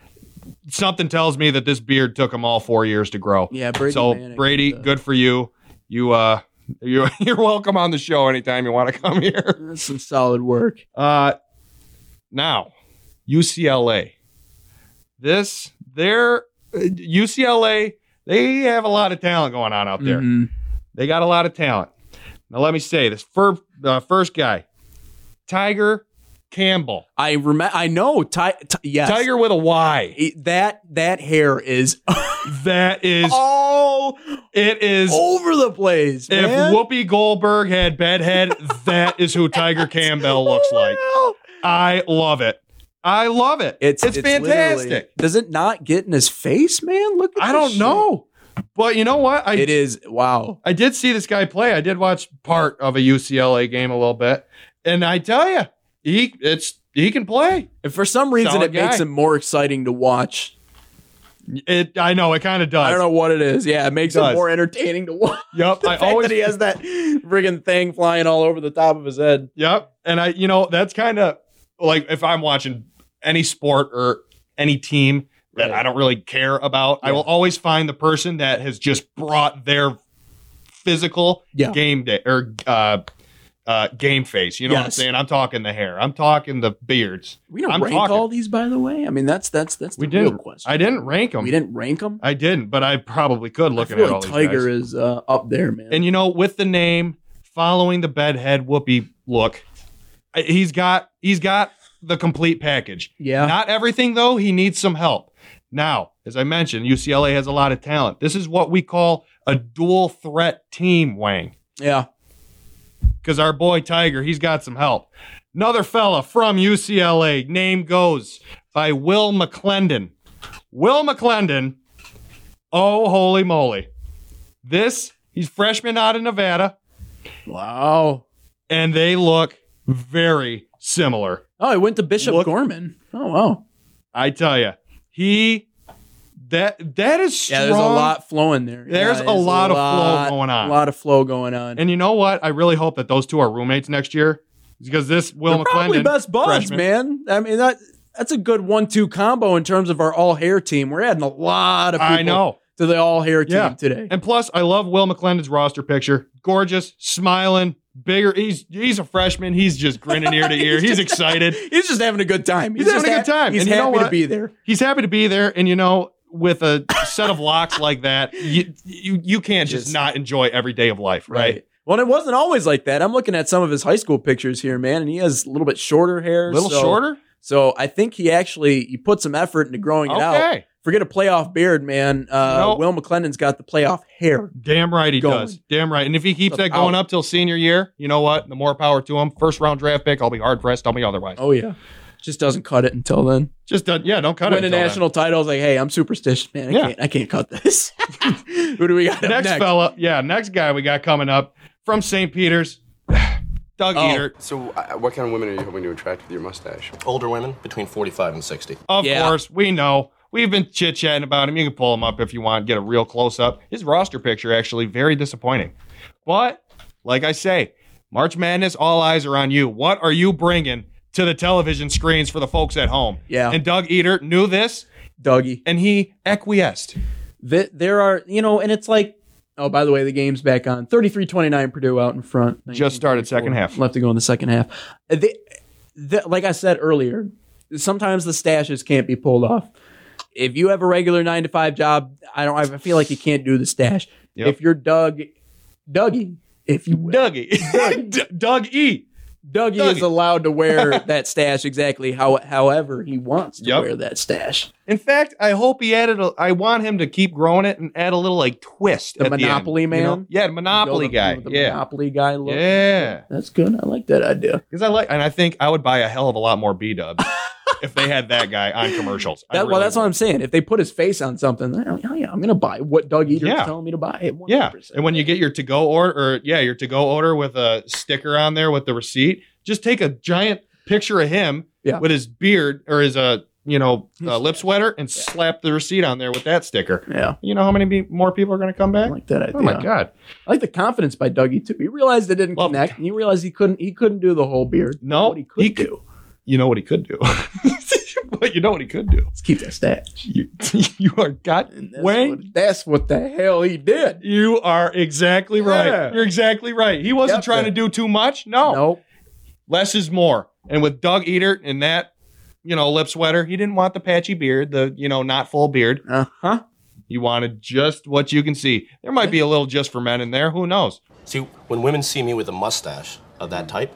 F: Something tells me that this beard took him all four years to grow.
E: Yeah, Brady.
F: so
E: Manic,
F: Brady,
E: uh,
F: good for you. You uh, you you're welcome on the show anytime you want to come here.
E: That's some solid work.
F: Uh, now, UCLA. This, uh, their UCLA, they have a lot of talent going on out there.
E: Mhm.
F: They got a lot of talent. Now, let me say this fir- uh, first guy, Tiger Campbell.
E: I remember. I know. Ti- ti- yes.
F: Tiger with a Y.
E: It- that that hair is
F: That is
E: all
F: it is
E: over the place.
F: if
E: Oh. man.
F: Whoopi Goldberg had bedhead, that is who Tiger Campbell looks like.
E: Well,
F: I love it. I love it.
E: It's
F: it's,
E: literally-
F: fantastic.
E: Does it not get in his face, man? Look. At
F: I
E: this
F: don't
E: shit.
F: know. But you know what? I
E: It is wow.
F: I did see this guy play. I did watch part of a UCLA game a little bit, and I tell you, he it's he can play.
E: And for some reason,
F: Solid
E: it makes
F: guy.
E: him more exciting to watch.
F: It I know it kind of does.
E: I don't know what it is. Yeah, it makes
F: Does.
E: him more entertaining to watch.
F: Yep,
E: The
F: I
E: fact
F: always
E: that he has that friggin' thing flying all over the top of his head.
F: Yep. And I, you know, that's kind of like if I'm watching any sport or any team that
E: Right.
F: I don't really care about, I will always find the person that has just brought their physical
E: Yeah.
F: game day or uh, uh, game face. You know what I'm
E: Yes.
F: saying? I'm talking the hair. I'm talking the beards.
E: We don't
F: I'm
E: rank
F: talking.
E: all these, by the way. I mean, that's that's that's the
F: we
E: real
F: didn't.
E: question.
F: I didn't rank them.
E: we didn't rank them.
F: I didn't, but I probably could
E: I
F: looking
E: feel
F: at all
E: like
F: these
E: Tiger
F: guys.
E: is uh, up there, man.
F: And you know, with the name following the bedhead whoopee look, I- he's got he's got the complete package.
E: Yeah.
F: Not everything though. He needs some help. Now, as I mentioned, UCLA has a lot of talent. This is what we call a dual threat team, Wang.
E: yeah,
F: Because our boy Tiger, he's got some help. Another fella from UCLA, name goes by Will McClendon. Will McClendon, oh holy moly. This, he's freshman out of Nevada
E: wow.
F: and they look very similar.
E: Oh, he went to Bishop
F: Look-
E: Gorman. Oh, wow.
F: I tell you, he that that is strong.
E: Yeah, there's a lot flowing there. Yeah,
F: There's a lot of flow going on.
E: A lot of flow going on.
F: And you know what? I really hope that those two are roommates next year because this Will
E: They're probably
F: McClendon,
E: best buds,
F: freshman-
E: man. I mean that that's a good one-two combo in terms of our all-hair team. We're adding a lot of people
F: I know.
E: to the all-hair team
F: Yeah.
E: today.
F: And plus, I love Will McClendon's roster picture. Gorgeous, smiling, bigger. He's he's a freshman. He's just grinning ear to ear. He's excited.
E: He's just having a good time.
F: He's having a good time.
E: He's
F: And you know
E: happy to
F: what?
E: be there.
F: He's happy to be there. And you know, with a set of locks like that, you you, you can't just,
E: Just-
F: not enjoy every day of life, right?
E: Well, it wasn't always like that. I'm looking at some of his high school pictures here, man, and he has a little bit shorter hair.
F: A little
E: so,
F: shorter.
E: So I think he actually he put some effort into growing it out.
F: Okay.
E: Forget a playoff beard, man. Uh,
F: No.
E: Will McClendon's got the playoff hair.
F: Damn right he
E: going.
F: does. Damn right. And if he keeps that going
E: Out.
F: up till senior year, you know what? The more power to him. First round draft pick, I'll be hard pressed. I'll be otherwise.
E: Oh yeah, just doesn't cut it until then.
F: Just done. Yeah, don't cut
E: Win
F: it.
E: a
F: until then.
E: national title, I was like, hey, I'm superstitious, man. I
F: Yeah.
E: can't, I can't cut this. Who do we got up
F: Next,
E: next?
F: fella. Yeah, next guy we got coming up from St. Peter's, Doug
E: Oh.
F: Eater.
G: So, uh, what kind of women are you hoping to attract with your mustache?
H: Older women between 45 and 60.
F: Of
E: Yeah.
F: course, we know. We've been chit chatting about him. You can pull him up if you want, get a real close up. His roster picture actually very disappointing. But like I say, March Madness, all eyes are on you. What are you bringing to the television screens for the folks at home?
E: Yeah.
F: And Doug Eater knew this
E: Dougie.
F: and he acquiesced.
E: Th- there are, you know, and it's like, oh, by the way, the game's back on. 33-29 Purdue out in front.
F: Just started second half.
E: Left to go in the second half. Uh, They, the, like I said earlier, sometimes the stashes can't be pulled off. If you have a regular nine to five job, I don't. I feel like you can't do the stash.
F: Yep.
E: If you're Doug, Dougie, if you will,
F: Dougie. E. D- Doug E.
E: Dougie,
F: Dougie.
E: is allowed to wear that stash exactly how however he wants to
F: Yep.
E: wear that stash.
F: In fact, I hope he added a I want him to keep growing it and add a little like twist.
E: The
F: at end,
E: Monopoly
F: you know?
E: man?
F: Yeah, the Monopoly
E: Go the-
F: guy.
E: with the
F: yeah.
E: Monopoly guy look.
F: Yeah.
E: That's good. I like that idea.
F: Because I like, and I think I would buy a hell of a lot more B Dub if they had that guy on commercials. I
E: That,
F: really
E: well, that's what I'm
F: would.
E: saying. If they put his face on something, I- oh, yeah, I'm going to buy what Doug Eater's
F: Yeah.
E: telling me to buy. It
F: Yeah, and when you get your to go order, or yeah, your to go order with a sticker on there with the receipt, just take a giant picture of him
E: Yeah.
F: with his beard or his uh you know uh, lip sweater, and slap the receipt on there with that sticker.
E: yeah,
F: You know how many be- more people are going to come
E: I
F: back?
E: like that idea.
F: Oh my god!
E: I like the confidence by Dougie too. He realized it didn't
F: Well-
E: connect. And he realized he couldn't. He couldn't do the whole beard.
F: No,
E: what he could
F: he
E: do.
F: could- You know what he could do, but you know what he could do.
E: Let's keep that stash.
F: You, you are got
E: And that's
F: Wayne.
E: what- that's what the hell he did.
F: You are exactly
E: Yeah.
F: right. You're exactly right. He wasn't
E: Yep.
F: trying to do too much. No.
E: Nope.
F: Less is more. And with Doug Eater and that, you know, lip sweater, he didn't want the patchy beard, the, you know, not full beard.
E: Uh huh.
F: He wanted just what you can see. There might be a little just for men in there. Who knows?
H: See, when women see me with a mustache of that type,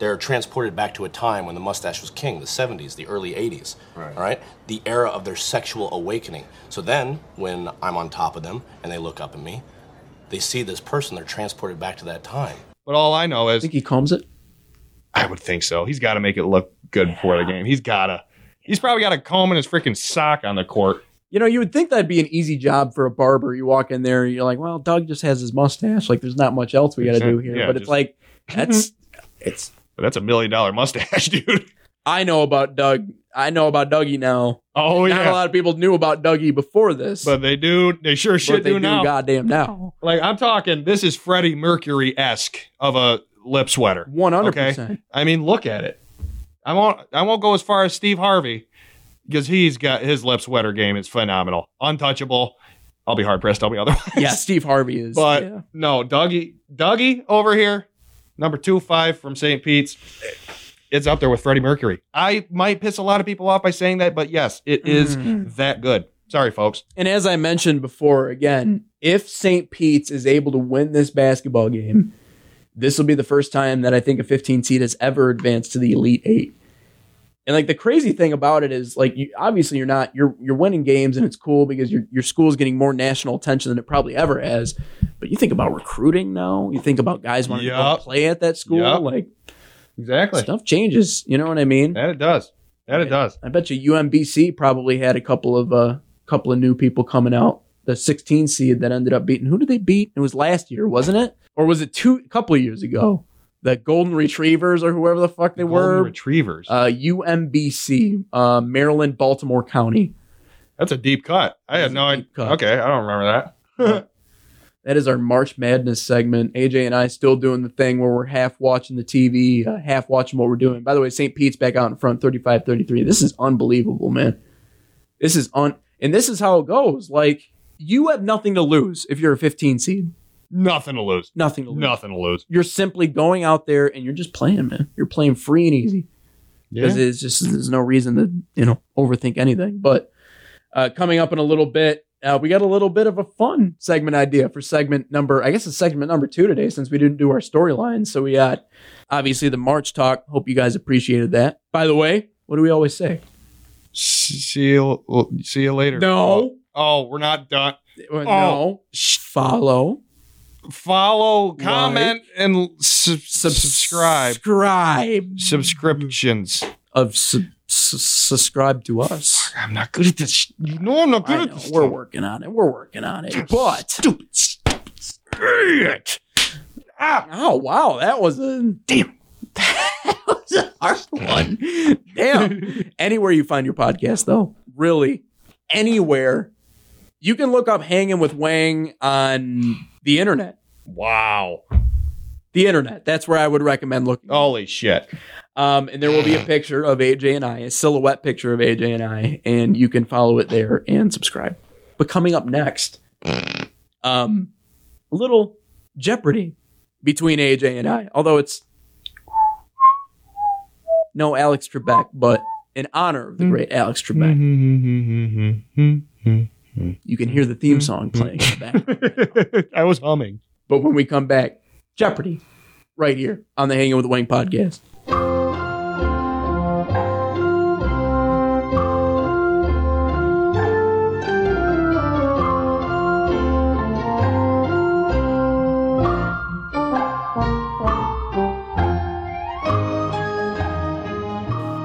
H: They're transported back to a time when the mustache was king, the 70s, the early 80s.
G: Right.
H: All right? The era of their sexual awakening. So then, when I'm on top of them and they look up at me, they see this person, they're transported back to that time.
F: But all I know is
E: think he combs it.
F: I would think so. He's got to make it look good before the game. He's got to. He's probably got a comb in his freaking sock on the court.
E: You know, you would think that'd be an easy job for a barber. You walk in there, you're like, well, Doug just has his mustache. Like, there's not much else we got to do here.
F: Yeah,
E: but it's
F: just-
E: like, that's, it's,
F: But that's a million dollar mustache, dude.
E: I know about Doug. I know about Dougie now.
F: Oh
E: not a lot of people knew about Dougie before this.
F: But they do. They sure
E: but
F: shit
E: they
F: do now.
E: goddamn now.
F: Like I'm talking, this is Freddie Mercury esque of a lip sweater.
E: 100%.
F: Okay? I mean, look at it. I won't. I won't go as far as Steve Harvey because he's got his lip sweater game is phenomenal, untouchable. I'll be hard pressed. I'll be otherwise.
E: Yeah, Steve Harvey is.
F: But
E: yeah.
F: no, Dougie, Dougie over here, number two five from St. Pete's. It's up there with Freddie Mercury. I might piss a lot of people off by saying that, but yes, it is
E: Mm-hmm.
F: that good. Sorry, folks.
E: And as I mentioned before, again, if St. Pete's is able to win this basketball game, this will be the first time that I think a 15 seed has ever advanced to the Elite Eight. And like the crazy thing about it is, like, you, obviously you're not you're you're winning games and it's cool because your your school's getting more national attention than it probably ever has. But you think about recruiting now, you think about guys wanting to
F: Yup.
E: go play at that school,
F: Yup.
E: like
F: Exactly.
E: stuff changes. You know what I mean?
F: That it does. That it does.
E: I bet you UMBC probably had a couple of uh, couple of new people coming out. The 16 seed that ended up beating who did they beat? It was last year, wasn't it? Or was it two a couple of years ago? The Golden Retrievers or whoever the fuck they
F: Oh. Golden
E: were.
F: retrievers.
E: Uh, UMBC, uh, Maryland, Baltimore County.
F: That's a deep cut. I had
E: a
F: no idea.
E: deep cut.
F: Okay, I don't remember that.
E: That is our March Madness segment. AJ and I still doing the thing where we're half watching the TV, uh, half watching what we're doing. By the way, St. Pete's back out in front, 35 33. This is unbelievable, man. This is un. And this is how it goes. Like, you have nothing to lose if you're a 15 seed.
F: Nothing to lose.
E: Nothing to lose.
F: Nothing to lose.
E: You're simply going out there and you're just playing, man. You're playing free and easy because
F: Yeah.
E: it's just there's no reason to you know overthink anything. But uh, coming up in a little bit, uh, we got a little bit of a fun segment idea for segment number. I guess it's segment number two today since we didn't do our storyline. So we got obviously the March talk. Hope you guys appreciated that. By the way, what do we always say?
F: See you, see you later.
E: No.
F: Oh, we're not done.
E: Uh, No, Sh- follow,
F: Follow, comment, and sub- subscribe.
E: subscribe
F: Subscriptions.
E: of sub- su- subscribe to us.
F: I'm not good at this. sh- You know I'm not good
E: I
F: at
E: know,
F: this.
E: we're working on it. We're working on it. But
F: Idiot.
E: Oh wow, that was a damn. That was a hard one. Damn. anywhere you find your podcast, though, really, anywhere you can look up "Hanging with Wang" on the internet.
F: Wow.
E: The internet. That's where I would recommend looking.
F: Holy shit.
E: Um, and there will be a picture of AJ and I, a silhouette picture of AJ and I, and you can follow it there and subscribe. But coming up next, um, a little jeopardy between AJ and I, although it's no Alex Trebek, but in honor of the great Alex Trebek, Mm-hmm, you can hear the theme song playing in the back. mm-hmm.
F: I was humming.
E: But when we come back, Jeopardy, right here on the Hanging with the Wang podcast.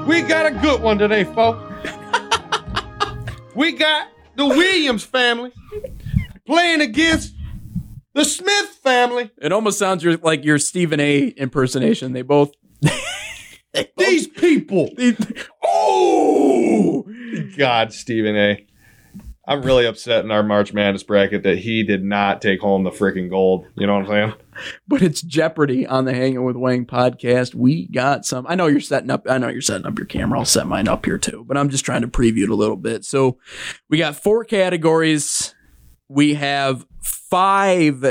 F: We got a good one today, folks. we got the Williams family playing against the Smith family.
E: It almost sounds your- like your Stephen A. impersonation. They both. they both-
F: These people.
E: they- oh!
F: God, Stephen A. I'm really upset in our March Madness bracket that he did not take home the freaking gold. You know what I'm saying?
E: But it's Jeopardy on the Hanging with Wang podcast. We got some. I know you're setting up. I know you're setting up your camera. I'll set mine up here too. But I'm just trying to preview it a little bit. So we got four categories. We have five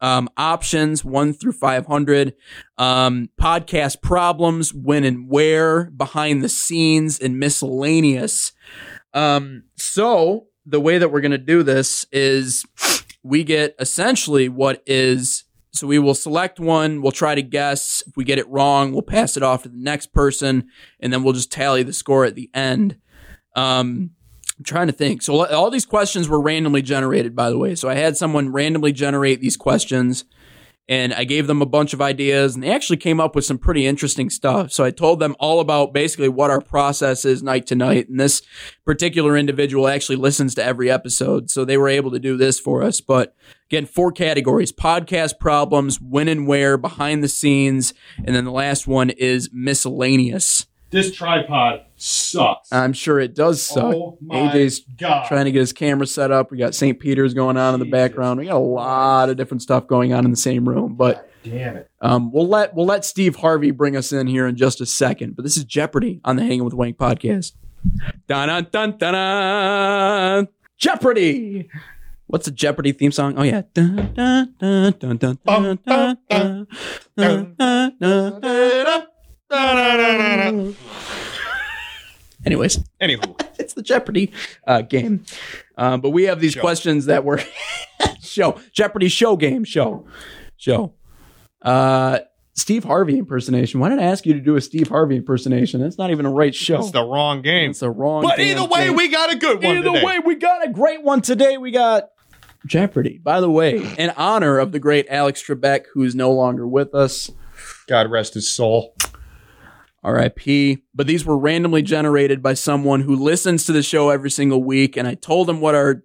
E: um, options, one through 500. Um, podcast problems, when and where, behind the scenes, and miscellaneous. Um, so the way that we're going to do this is we get essentially what is So we will select one. We'll try to guess. If we get it wrong, we'll pass it off to the next person, and then we'll just tally the score at the end. Um, I'm trying to think. So l- all these questions were randomly generated, by the way. So I had someone randomly generate these questions, and I gave them a bunch of ideas, and they actually came up with some pretty interesting stuff. So I told them all about basically what our process is night to night, and this particular individual actually listens to every episode, so they were able to do this for us. But again, four categories: podcast problems, when and where, behind the scenes, and then the last one is miscellaneous.
J: This tripod sucks.
F: Uh,
E: I'm sure it does suck.
J: Oh my
E: AJ's
J: God.
E: trying to get his camera set up. We got St. Peter's going on in the background. We got a lot of different stuff going on in the same room, but
J: Damn it.
E: um, we'll let we'll let Steve Harvey bring us in here in just a second. But this is Jeopardy on the Hanging with Wank podcast. Dun dun dun dun. dun. Jeopardy. What's the Jeopardy theme song? Oh yeah. Dun, dun, dun, dun, dun, dun, dun, dun, dun, dun, dun, dun. Anyways,
F: Anywho,
E: it's the Jeopardy uh, game. Um, but we have these questions that were show Jeopardy show game show show. Uh, Steve Harvey impersonation. Why did I ask you to do a Steve Harvey impersonation? That's not even a right show.
F: it's the wrong game.
E: It's the wrong.
F: But
E: damn
F: either way,
E: thing.
F: we got a good one.
E: Either
F: today.
E: way, we got a great one today. We got Jeopardy. By the way, in honor of the great Alex Trebek, who is no longer with us.
F: God rest his soul.
E: RIP. But these were randomly generated by someone who listens to the show every single week. And I told him what our.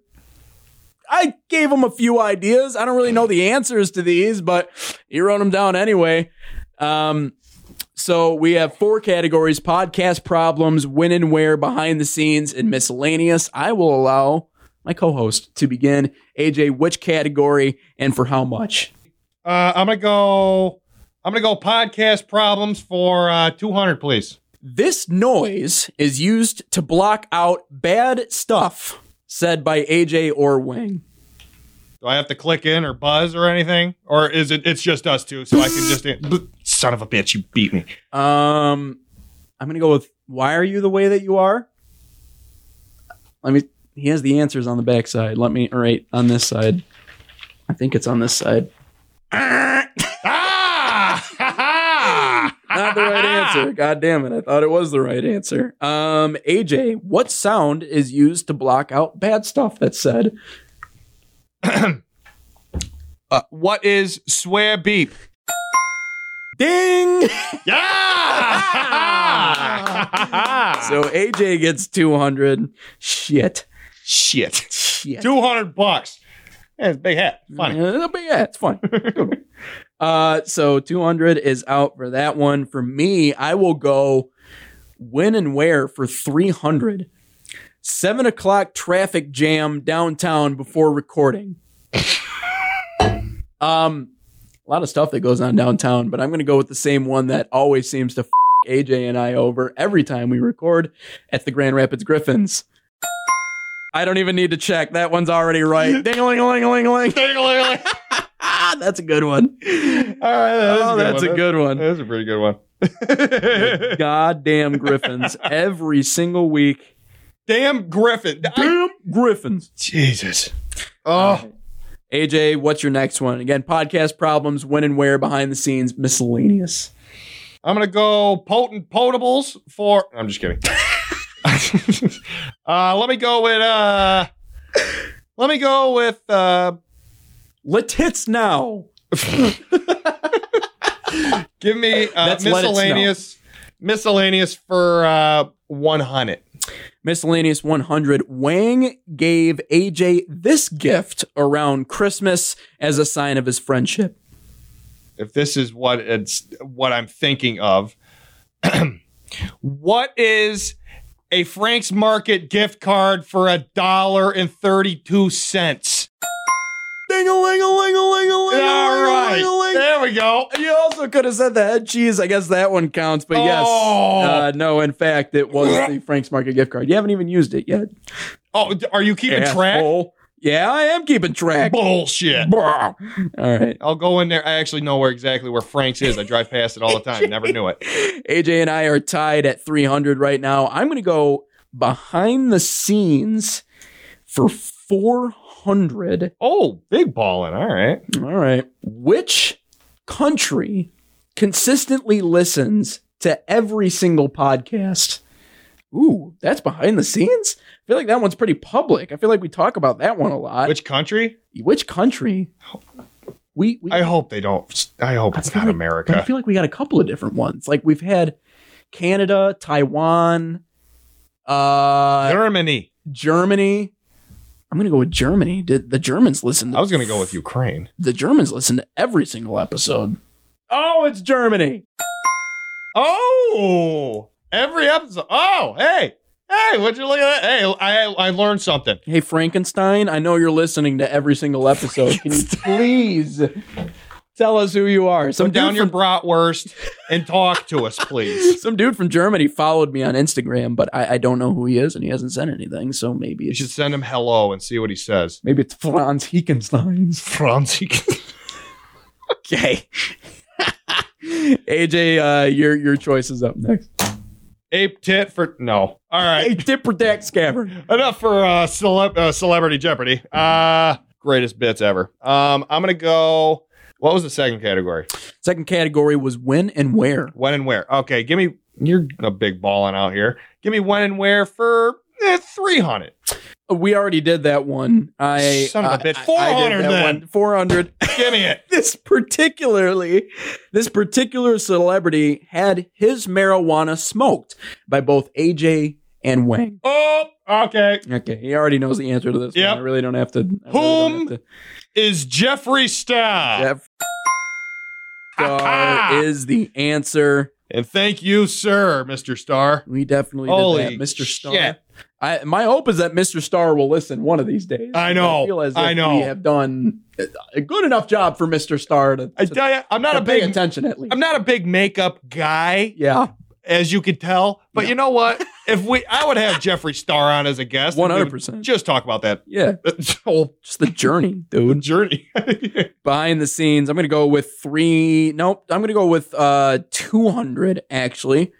E: I gave him a few ideas. I don't really know the answers to these, but he wrote them down anyway. Um, so we have four categories podcast problems, when and where, behind the scenes, and miscellaneous. I will allow my co host to begin. AJ, which category and for how much?
F: Uh, I'm gonna go. I'm gonna go podcast problems for uh, 200, please.
E: This noise is used to block out bad stuff said by AJ or Wang.
F: Do I have to click in or buzz or anything, or is it? It's just us two, so I can just. Son of a bitch, you beat me.
E: Um, I'm gonna go with "Why are you the way that you are?" Let me. He has the answers on the back side. Let me. All right, on this side. I think it's on this side.
F: Ah!
E: Not the right answer. God damn it! I thought it was the right answer. Um, AJ, what sound is used to block out bad stuff that's said?
F: Uh, what is swear beep?
E: Ding.
F: Yeah!
E: So AJ gets 200. Shit.
F: shit.
E: Shit.
F: 200 bucks. That's a big hat. Funny.
E: Yeah, but yeah, it's fun. uh, so 200 is out for that one. For me, I will go when and where for 300. Seven o'clock traffic jam downtown before recording. um, a lot of stuff that goes on downtown, but I'm going to go with the same one that always seems to f- AJ and I over every time we record at the Grand Rapids Griffins. I don't even need to check. That one's already right. Ding a ling a ling a ling a ling. Ah, that's a good one.
F: All right, that is
E: oh, that's a good
F: That-
E: one.
F: That is a pretty good one.
E: Goddamn Griffins every single week.
F: Damn Griffin. I-
E: Griffins.
F: Jesus. Oh,
E: AJ, what's your next one? Again, podcast problems, when and where, behind the scenes, miscellaneous.
F: I'm gonna go potent potables for. I'm just kidding. uh, let me go with. uh Let me go with. uh
E: Letits now.
F: Give me uh,
E: That's let it snow.
F: miscellaneous. Miscellaneous for uh 100.
E: Miscellaneous 100. Wang gave AJ this gift around Christmas as a sign of his friendship.
F: if this is what it's what I'm thinking of. what is a Frank's Market gift card for a dollar and thirty-two cents?
E: Ding a ling a ling a ling a
F: All right, there we go.
E: You also could have said the head cheese. I guess that one counts, but yes.
F: Oh.
E: Uh, no, in fact, it was the Frank's Market gift card. You haven't even used it yet.
F: Oh, d- are you keeping track?
E: Asshole. Yeah, I am keeping track.
F: Bullshit.
E: All right.
F: I'll go in there. I actually know where exactly where Frank's is. I drive past it all the time. Never knew it.
E: AJ and I are tied at 300 right now. I'm going to go behind the scenes for 400.
F: Oh, big ballin'. All right.
E: All right. Which country consistently listens to every single podcast. Ooh, that's behind the scenes? I feel like that one's pretty public. I feel like we talk about that one a lot.
F: Which country?
E: Which country? We, we
F: I hope they don't. I hope it's not America.
E: But I feel like we got a couple of different ones. Like we've had Canada, Taiwan, uh,
F: Germany.
E: Germany. I'm gonna go with Germany. Did the Germans listen? To,
F: I was going to go with Ukraine.
E: The Germans listen to every single episode. Oh, it's Germany.
F: Oh, every episode. Oh, hey, hey, what'd you look at that? Hey, I I learned something.
E: Hey Frankenstein, I know you're listening to every single episode. Can you please tell us who you are?
F: Put down
E: dude
F: your
E: from-
F: bratwurst and talk to us, please.
E: some dude from Germany followed me on Instagram, but I, I don't know who he is, and he hasn't said anything. So maybe
F: You
E: it's
F: should send him hello and see what he says.
E: maybe it's Franz Heckenstein's.
F: Franz.
E: Okay. AJ, uh, your your choice is up next.
F: Ape tit for no. All
E: Hey,
F: right.
E: Dipper Dack Scabbard.
F: Enough for uh, celeb- uh celebrity Jeopardy. Uh greatest bits ever. Um, I'm gonna go. What was the second category?
E: Second category was when and where.
F: When and where? Okay, give me. You're a big ballin' out here. Give me when and where for eh, 300.
E: We already did that one. I
F: Son of a
E: I-
F: bitch.
E: I- I did
F: 400
E: that
F: then.
E: one. 400.
F: Give me it.
E: this particularly this particular celebrity had his marijuana smoked by both AJ and Wang.
F: Oh, okay.
E: Okay, he already knows the answer to this. one.
F: Yep.
E: I really don't have to. I really
F: Whom?
E: don't have to-
F: Is Jeffree Star.
E: Jeff Star is the answer.
F: And thank you, sir, Mr. Star.
E: We definitely did
F: Holy
E: that, Mr. Star.
F: shit.
E: I, my hope is that Mr. Star will listen one of these days.
F: I know.
E: I feel as if
F: I know.
E: we have done a good enough job for Mr. Star to,
F: I
E: to-
F: tell you, I'm not
E: to
F: a
E: pay
F: big
E: attention at least.
F: I'm not a big makeup guy,
E: yeah,
F: as you could tell. But you know what? if we, I would have Jeffree Star on as a guest. and we would
E: 100%.
F: Just talk about that
E: yeah.
F: whole
E: Just the journey, dude.
F: journey.
E: Behind the scenes, I'm gonna go with three. Nope, I'm gonna go with uh 200 actually.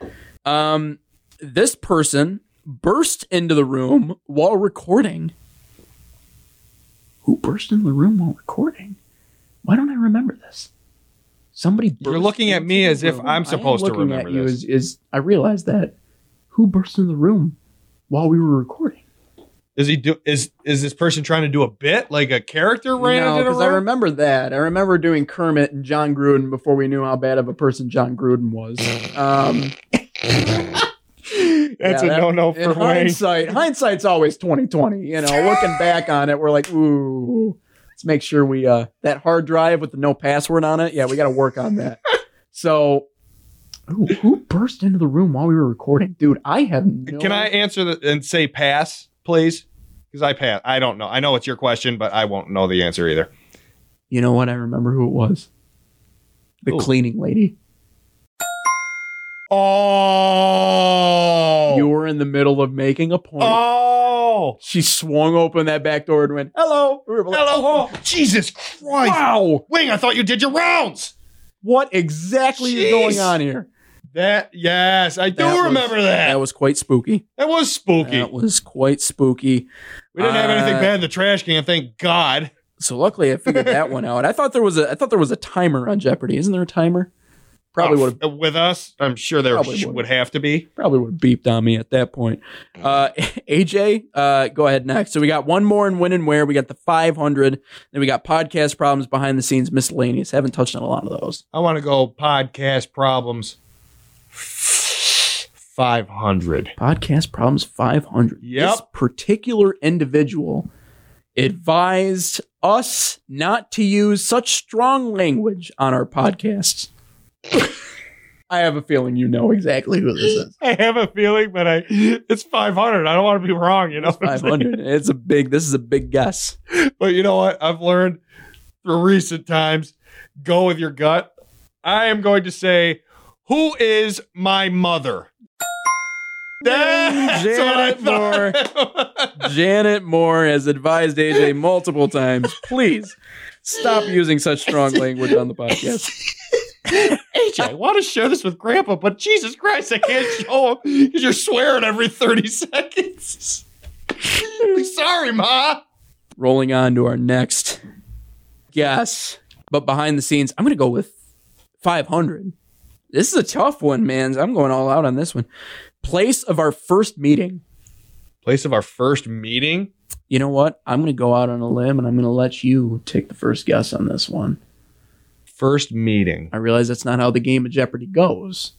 E: Um, this person burst into the room while recording. Who burst into the room while recording? Why don't I remember this? Somebody.
F: You're
E: burst
F: looking at
E: into
F: me
E: the
F: as if
E: room.
F: I'm
E: I am
F: supposed to
E: looking at
F: remember
E: you
F: this.
E: Is, is I realized that who burst into the room while we were recording?
F: is he do? Is is this person trying to do a bit like a character ran
E: no,
F: into the
E: because I
F: room?
E: remember that. I remember doing Kermit and John Gruden before we knew how bad of a person John Gruden was. Um,
F: That's
E: yeah, that-
F: a no no for
E: in
F: Wayne.
E: hindsight, hindsight's always twenty twenty. You know, looking back on it, we're like, ooh, let's make sure we uh that hard drive with the no password on it. Yeah, we got to work on that. So, ooh, who burst into the room while we were recording, dude? I have no.
F: Can I answer the, and say pass, please? Because I pass. I don't know. I know it's your question, but I won't know the answer either.
E: You know what? I remember who it was. The
F: Who?
E: cleaning lady.
F: Oh,
E: You were in the middle of making a point.
F: oh,
E: she swung open that back door and went, "Hello." We were like,
F: hello, oh, Jesus Christ,
E: Wow,
F: Wing! I thought you did your rounds.
E: what exactly is going
F: Jeez.
E: on here?
F: That yes, I do
E: That was-
F: remember that.
E: That
F: That
E: was
F: was,
E: quite spooky.
F: spooky.
E: That was quite spooky.
F: we didn't have anything
E: uh,
F: bad in the trash can, thank God.
E: So luckily, I figured that one out. I thought there was a, I thought there was a timer on Jeopardy. Isn't there a timer? Probably
F: Oh,
E: would have,
F: f- with us. I'm sure there
E: Probably
F: sh-
E: would've.
F: would have to be.
E: probably would have beeped on me at that point.
F: Mm.
E: Uh, AJ, uh, go ahead next. So we got one more in when and where. We got the 500. Then we got podcast problems behind the scenes, miscellaneous. Haven't touched on a lot of those.
F: I want to go podcast problems. Five hundred.
E: podcast problems 500
F: Yep.
E: this particular individual advised us not to use such strong language on our podcasts i have a feeling you know exactly who this is
F: I have a feeling, but I it's five hundred. I don't want to be wrong. You know, what I'm saying?
E: 500 it's a big this is a big guess
F: But you know what? I've learned through recent times go with your gut. I am going to say, Who is my mother? That's what I
E: Janet Moore.
F: thought.
E: janet moore has advised aj multiple times please stop using such strong language on the podcast
F: I want to share this with Grandpa, but Jesus Christ, I can't show him because you're swearing every 30 seconds. Sorry, Ma.
E: rolling on to our next guess. But behind the scenes, I'm going to go with 500. This is a tough one, man. I'm going all out on this one. Place of our first meeting.
F: Place of our first meeting?
E: You know what? I'm going to go out on a limb and I'm going to let you take the first guess on this one.
F: First meeting.
E: I realize that's not how the game of Jeopardy goes.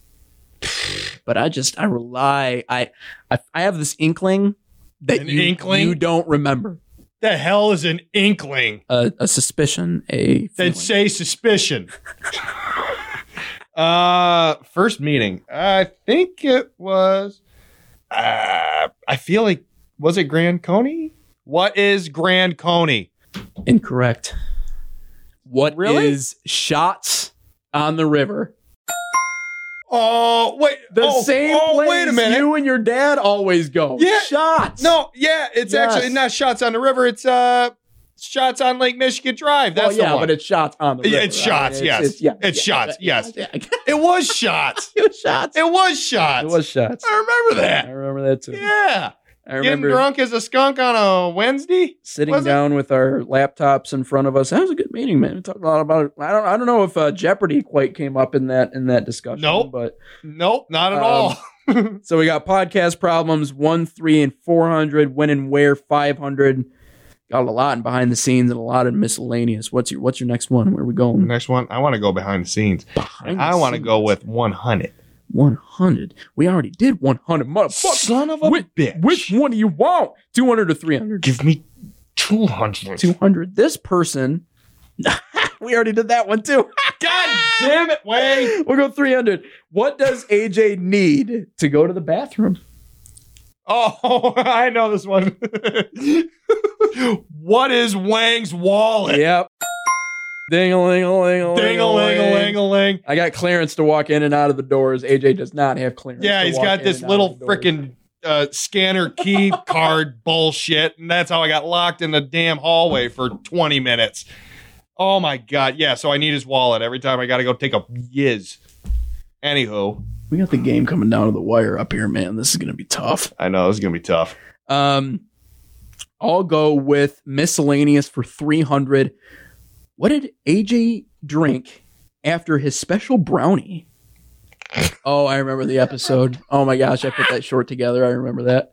E: But I just I rely I I, I have this inkling that
F: An
E: you
F: inkling?
E: you don't remember.
F: The hell is an inkling?
E: A, a suspicion, a
F: Then say suspicion. uh, first meeting. I think it was. Uh, I feel like was it Grand Coney? What is Grand Coney?
E: Incorrect. What is
F: Really?
E: shots on the river?
F: Oh wait,
E: The
F: oh,
E: same
F: oh,
E: place
F: wait a minute.
E: you and your dad always go.
F: Yeah.
E: Shots.
F: no, yeah, it's
E: Yes.
F: actually not shots on the river. It's uh, shots on Lake Michigan Drive.
E: Well,
F: That's
E: Oh, yeah,
F: the one.
E: but it's shots on the river.
F: Yeah, it's shots, yes. It's shots, yes. it was shots.
E: It was shots.
F: It was shots.
E: It was shots.
F: I remember
E: I
F: that.
E: remember that too.
F: Yeah.
E: I
F: Getting
E: remember
F: drunk as a skunk on a Wednesday.
E: sitting
F: was it?
E: down with our laptops in front of us. That was a good meeting, man. We talked a lot about it. I don't I don't know if uh, Jeopardy quite came up in that in that discussion.
F: Nope.
E: but
F: Nope, not at
E: Um,
F: all.
E: So we got podcast problems one, three, and four hundred. When and where five hundred. Got a lot in behind the scenes and a lot in miscellaneous. What's your What's your next one? Where are we going?
F: Next one, I want to go behind the scenes.
E: Behind the
F: I want to
E: scenes.
F: go with 100.
E: one hundred. We already did one hundred. Motherfucker,
F: Son of a
E: which,
F: bitch.
E: Which one do you want? Two hundred or three hundred?
F: Give me 200.
E: Two hundred. This person. we already did that one too.
F: God damn it, Wayne.
E: We'll go three hundred. What does AJ need to go to the bathroom?
F: Oh, I know this one. what is Wang's wallet?
E: Yep. Ding a ling a ling a
F: Ding a ling a ling a ling.
E: I got clearance to walk in and out of the doors. AJ does not have clearance.
F: Yeah,
E: to
F: he's
E: walk
F: got
E: in
F: this
E: and out
F: little
E: of the doors.
F: freaking uh, scanner key card bullshit, and that's how I got locked in the damn hallway for 20 minutes. Oh my god, yeah. So I need his wallet every time I got to go take a yiz. Anywho,
E: We got the game coming down to the wire up here, man. This is gonna be tough.
F: I know this is gonna be tough.
E: Um, I'll go with miscellaneous for three hundred. What did AJ drink after his special brownie? Oh, I remember the episode. Oh my gosh, I put that short together. I remember that.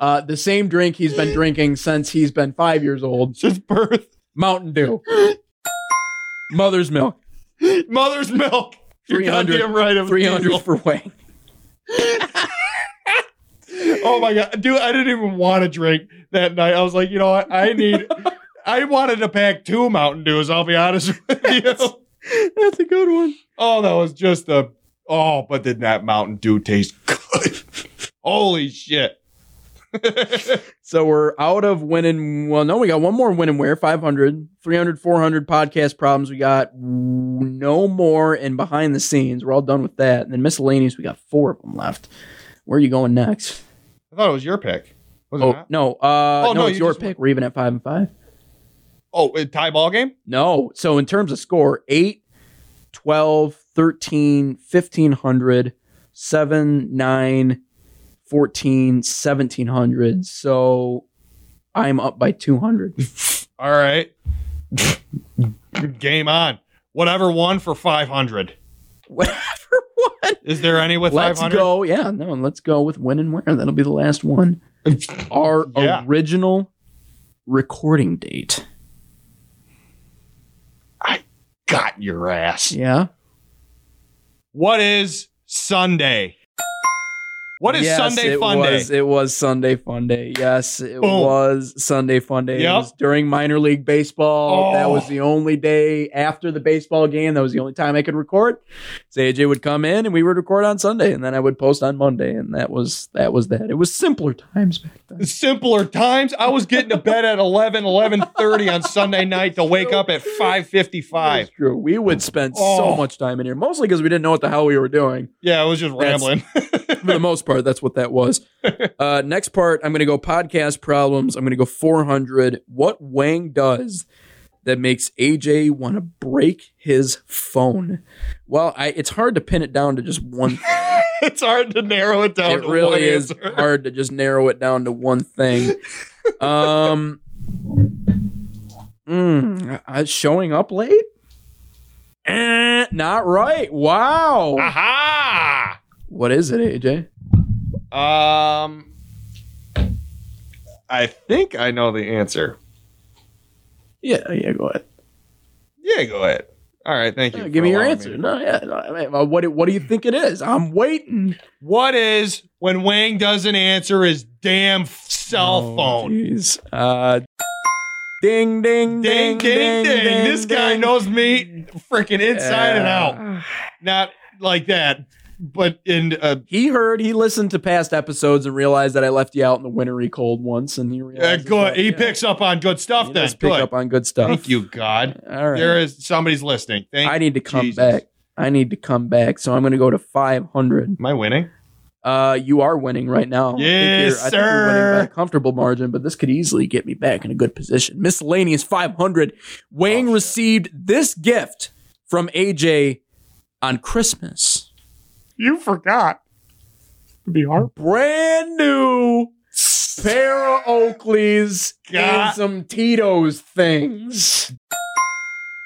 E: Uh, the same drink he's been drinking since he's been five years old.
F: Since birth,
E: Mountain Dew. Mother's milk.
F: mother's milk. You're
E: 300.
F: goddamn right. it was
E: 300
F: diesel.
E: for Wang.
F: Oh my god, dude! I didn't even want to drink that night. I was like, you know what? I need. I wanted to pack two Mountain Dews. I'll be honest with you.
E: That's a good one.
F: Oh, that was just a. Oh, but did that Mountain Dew taste good? Holy shit.
E: So we're out of winning. Well, no, we got one more win and wear 500, 300, 400 podcast problems. We got no more and behind the scenes. We're all done with that. And then miscellaneous, we got four of them left. Where are you going next?
F: I thought it was your pick. Was it
E: Oh,
F: not?
E: no. Uh,
F: Oh,
E: no,
F: no,
E: it's
F: you
E: your
F: just won.
E: pick. We're even at five and five.
F: Oh, a tie ball game?
E: No. So in terms of score, 8, 12, 13, 1500, 7, 9, 14, 1700. So I'm up by 200.
F: All right. game on. Whatever won for 500.
E: Whatever one.
F: Is there any with
E: Let's
F: 500?
E: go. Yeah, no, let's go with when and where. That'll be the last one. Our
F: Yeah.
E: original recording date.
F: Got your ass.
E: Yeah.
F: What is Sunday? What is
E: Yes,
F: Sunday
E: it
F: fun
E: Was,
F: day?
E: it was Sunday Fun Day. Yes, it
F: Boom.
E: was Sunday Fun Day. It
F: Yep.
E: was during minor league baseball.
F: Oh.
E: That was the only day after the baseball game. That was the only time I could record. So AJ would come in and we would record on Sunday, and then I would post on Monday, and that was that was that. It was simpler times back then.
F: Simpler times. I was getting to bed at 11, 11.30 on Sunday night to wake up at 5.55.
E: That's true. We would spend so
F: Oh.
E: much time in here, mostly because we didn't know what the hell we were doing.
F: Yeah, I was just
E: That's-
F: rambling.
E: For the most part, that's what that was. Uh, next part, I'm going to go podcast problems. I'm going to go 400. What Wang does that makes AJ want to break his phone? Well, I, it's hard to pin it down to just one. thing.
F: it's hard to narrow it down.
E: It
F: to
E: really
F: one
E: is
F: answer.
E: hard to just narrow it down to one thing. Um, mm, uh, showing up late. Eh, not right. Wow.
F: Ah. Aha!
E: What is it, AJ?
F: Um, I think I know the answer.
E: Yeah, yeah, go ahead.
F: Yeah, go ahead. All right, thank you.
E: Yeah,
F: for
E: give me your
F: allowing
E: answer.
F: me.
E: No, yeah, no, I mean, uh, what do- what do you think it is? I'm waiting.
F: What is when Wang doesn't answer his damn f- cell
E: Oh,
F: phone?
E: Jeez. Uh, ding, ding,
F: Ding, ding, ding, This guy
E: ding.
F: knows me freaking inside and out. Not like that, but in uh, a
E: He heard, he listened to past episodes and realized that I left you out in the wintry cold once, and he
F: uh,
E: realized
F: good. He picks up on good stuff.
E: he
F: then
E: does pick
F: Good.
E: up on good stuff.
F: Thank you, God.
E: All right.
F: There is somebody's listening. Thank.
E: I need to come
F: Jesus.
E: back. I need to come back. So I'm going to go to 500.
F: Am I winning?
E: Uh, you are winning right now. I think
F: Yes,
E: you're- I think you're winning by
F: sir.
E: a comfortable margin, but this could easily get me back in a good position. Miscellaneous 500.
F: Oh,
E: Wang received this gift from AJ on Christmas.
F: You forgot. To be hard.
E: Brand new pair of Oakleys
F: God.
E: and some Tito's things.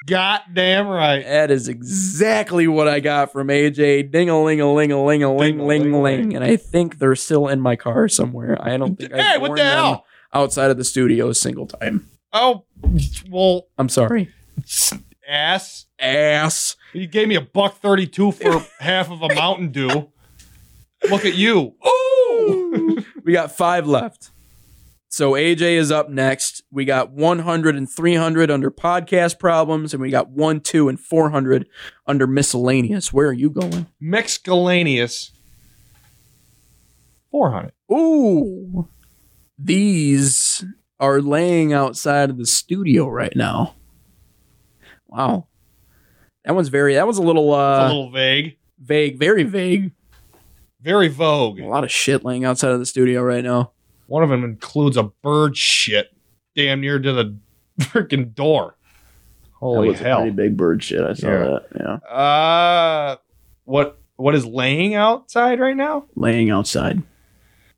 F: Goddamn right.
E: That is exactly what I got from AJ. Ding a ling a ling a ling a ling ling ling. And I think they're still in my car somewhere. I don't think
F: Hey,
E: I've
F: what
E: worn
F: the
E: them
F: hell?
E: outside of the studio a single time.
F: Oh, well,
E: I'm sorry.
F: ass.
E: Ass.
F: You gave me a buck thirty-two for half of a Mountain Dew. Look at you.
E: Ooh! we got five left. So AJ is up next. We got 100 and 300 under podcast problems, and we got 1, 2, and 400 under miscellaneous. Where are you going?
F: Mexcalaneous. 400.
E: Ooh. These are laying outside of the studio right now. Wow. That one's very that one's a little uh
F: a little vague.
E: vague, very vague.
F: Very vogue.
E: A lot of shit laying outside of the studio right now.
F: One of them includes a bird shit damn near to the freaking door. Holy hell.
E: big bird shit. I saw
F: Yeah.
E: that. Yeah.
F: Uh, what what is laying outside right now?
E: Laying outside.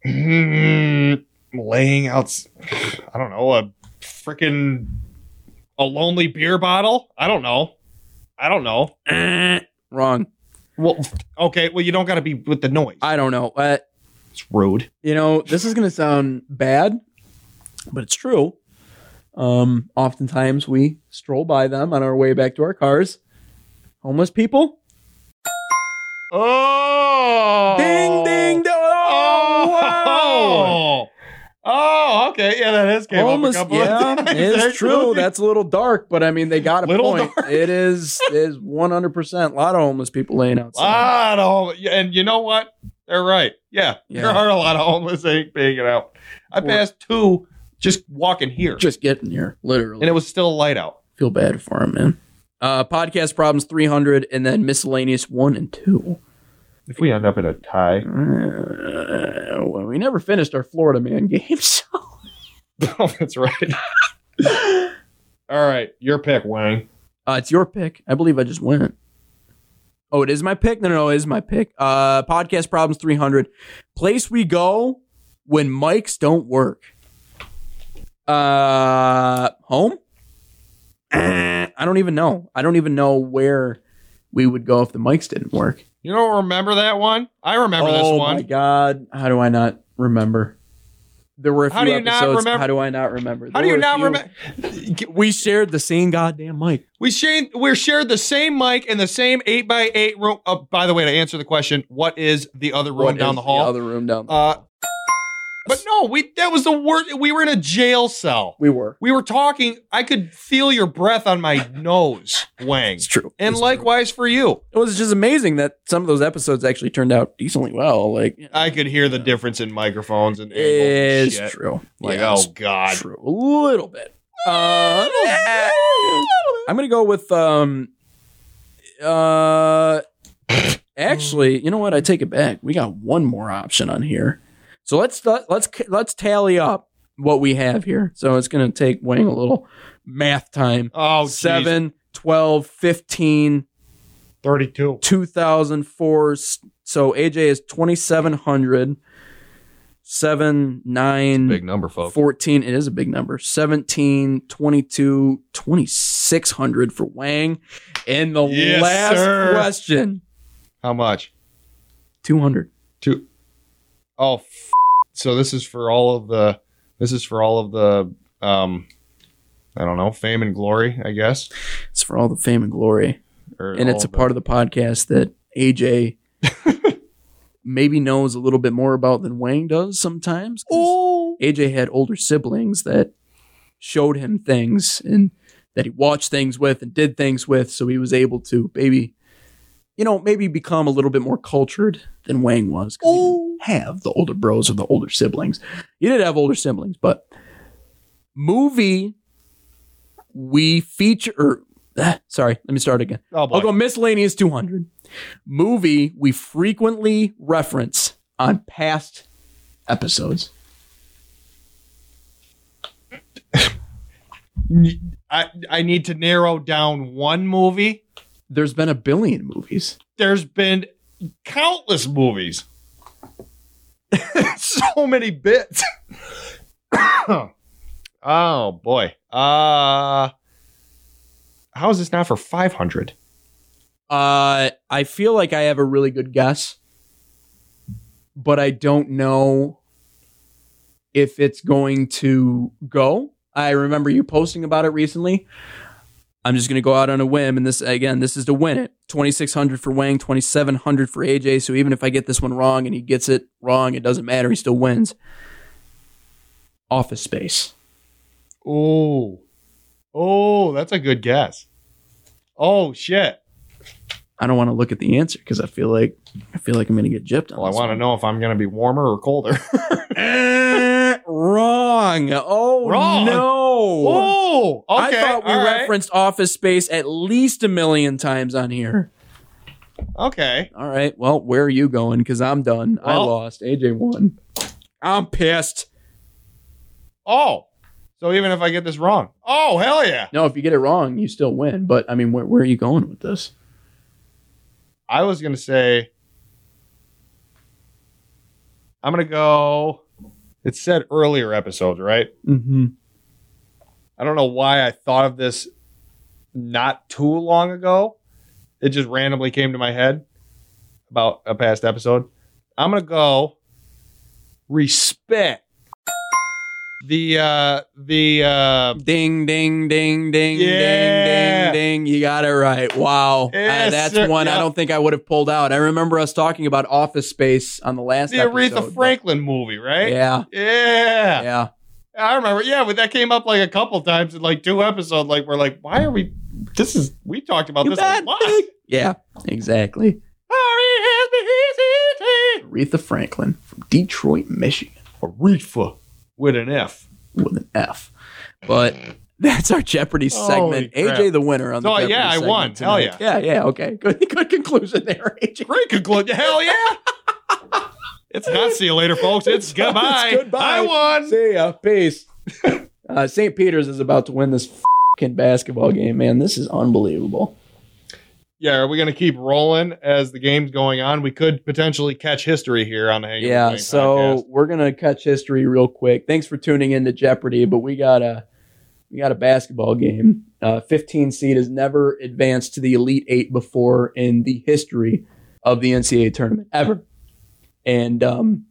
F: Mm, laying outs. I don't know. A freaking a lonely beer bottle. I don't know. I don't know.
E: Wrong.
F: Well, okay. Well, you don't got to be with the noise.
E: I don't know. Uh,
F: It's rude.
E: you know, this is going to sound bad, but it's true. Um, oftentimes we stroll by them on our way back to our cars. Homeless people.
F: Oh.
E: Ding, ding, dong. Oh, wow.
F: Oh. Oh, okay. Yeah, that is came
E: Homeless,
F: up a couple of
E: yeah,
F: times,
E: it's
F: actually.
E: true. That's a little dark, but I mean, they got a
F: Little
E: point.
F: dark.
E: It is is one hundred percent. A lot of homeless people laying outside.
F: lot of homeless. And you know what? They're right. Yeah, there
E: Yeah.
F: are a lot of homeless that ain't making out. I passed two just walking here,
E: Just getting here, literally.
F: and it was still light out.
E: feel bad for him, man. Uh, podcast problems three hundred, and then miscellaneous one and two.
F: If we end up in a tie,
E: Uh, well, we never finished our Florida man game, so
F: oh, that's right. All right, your pick, Wang.
E: uh, it's your pick. I believe I just went. Oh, it is my pick. No, no, no, it is my pick. Uh, podcast problems three hundred. Place we go when mics don't work. Uh, home. Eh, I don't even know. I don't even know where we would go if the mics didn't work.
F: You don't remember that one? I remember
E: oh
F: this
E: my
F: one.
E: god! How do I not remember? There were a few
F: How do you not
E: episodes.
F: remember-
E: How do I not remember?
F: How
E: There
F: do you
E: were a
F: not
E: few-
F: remember?
E: We shared the same goddamn mic.
F: We shared we shared the same mic and the same eight by eight room. Uh, by the way, to answer the question, what is the other room
E: What
F: down
E: is
F: the hall?
E: other room down.
F: uh, but no, we that was the worst. We were in a jail cell.
E: we were.
F: We were talking. I could feel your breath on my nose, Wang.
E: It's true.
F: And
E: It's
F: likewise for you,
E: true. it was just amazing that some of those episodes actually turned out decently well. Like
F: I could hear the difference in microphones and angles and
E: it's
F: shit.
E: true.
F: Like,
E: Yeah, it's
F: oh god,
E: true. A little bit. Uh, I'm gonna go with um. Uh, actually, you know what? I take it back. We got one more option on here, so let's let's let's tally up what we have here. So it's gonna take Wang a little math time.
F: oh geez.
E: Seven, twelve, fifteen,
F: 32.
E: two thousand four. So AJ is twenty seven hundred. seven, nine,
F: Big number, folks.
E: 14. It is a big number. 17, 22, 2,600 for Wang. And the
F: Yes,
E: last
F: sir.
E: question
F: How much?
E: 200.
F: Two. Oh, f- so this is for all of the. This is for all of the. Um, I don't know, fame and glory, I guess.
E: It's for all the fame and glory.
F: Or
E: and it's a part of the podcast that AJ maybe knows a little bit more about than Wang does sometimes. 'cause AJ had older siblings that showed him things and that he watched things with and did things with, so he was able to maybe, you know, maybe become a little bit more cultured than Wang was. 'cause he didn't have the older bros or the older siblings. He did have older siblings, but movie we feature. Or, sorry, let me start again.
F: Oh, boy.
E: I'll go miscellaneous 200. Movie we frequently reference on past episodes.
F: I, I need to narrow down one movie.
E: There's been a billion movies.
F: There's been countless movies. so many bits. oh boy. Uh how is this now for 500?
E: Uh, I feel like I have a really good guess, but I don't know if it's going to go. I remember you posting about it recently. I'm just going to go out on a whim, and this again, this is to win it. 2600 for Wang, 2700 for AJ. So even if I get this one wrong and he gets it wrong, it doesn't matter. He still wins. Office Space.
F: Oh. Oh, that's a good guess. Oh shit.
E: I don't want to look at the answer because I feel like I feel like I'm going to get gypped. On
F: Well, I
E: this
F: want to know if I'm going to be warmer or colder.
E: Eh, wrong. Oh
F: Wrong.
E: no.
F: oh, okay.
E: I thought we
F: all right.
E: referenced Office Space at least a million times on here.
F: Okay.
E: All right. Well, where are you going? Because I'm done. I
F: Well-
E: lost. AJ won. I'm pissed.
F: Oh. So even if I get this wrong. Oh, hell yeah.
E: No, if you get it wrong, you still win. But I mean, where, where are you going with this?
F: I was gonna say I'm gonna go. It said earlier episodes, right?
E: Mm-hmm.
F: I don't know why I thought of this not too long ago. It just randomly came to my head about a past episode. I'm gonna go respect the uh the uh
E: Ding, ding, ding, ding,
F: Yeah.
E: ding, ding, ding. You got it right. Wow. Uh,
F: Yes,
E: that's
F: sir.
E: one I
F: Yep.
E: don't think I would have pulled out. I remember us talking about Office Space on the last
F: the
E: episode.
F: Aretha
E: but-
F: Franklin movie, right?
E: Yeah.
F: Yeah.
E: Yeah.
F: I remember, yeah, but that came up like a couple times in like two episodes. Like we're like, why are we? This is we talked about Oh, this a lot.
E: Yeah, exactly.
F: R-E-S-P-E-C-T.
E: Aretha Franklin from Detroit, Michigan,
F: Aretha with an F.
E: with an F. But that's our Jeopardy
F: Holy
E: segment.
F: crap.
E: AJ the winner on the
F: Oh,
E: Jeopardy
F: yeah, I
E: segment
F: won.
E: tonight.
F: Hell
E: yeah. Yeah, okay. Good good conclusion there, AJ.
F: Great conclusion. Hell yeah! it's not see you later, folks. It's, goodbye.
E: It's goodbye.
F: I won.
E: See ya. Peace. uh, St. Peter's is about to win this fucking basketball game, man. This is unbelievable.
F: Yeah, are we gonna keep rolling as the game's going on? We could potentially catch history here on the Hanging
E: yeah,
F: Wing
E: so
F: podcast.
E: we're gonna catch history real quick. Thanks for tuning in to Jeopardy, but we got a we got a basketball game. Uh, 15 seed has never advanced to the Elite Eight before in the history of the NCAA tournament ever, and um,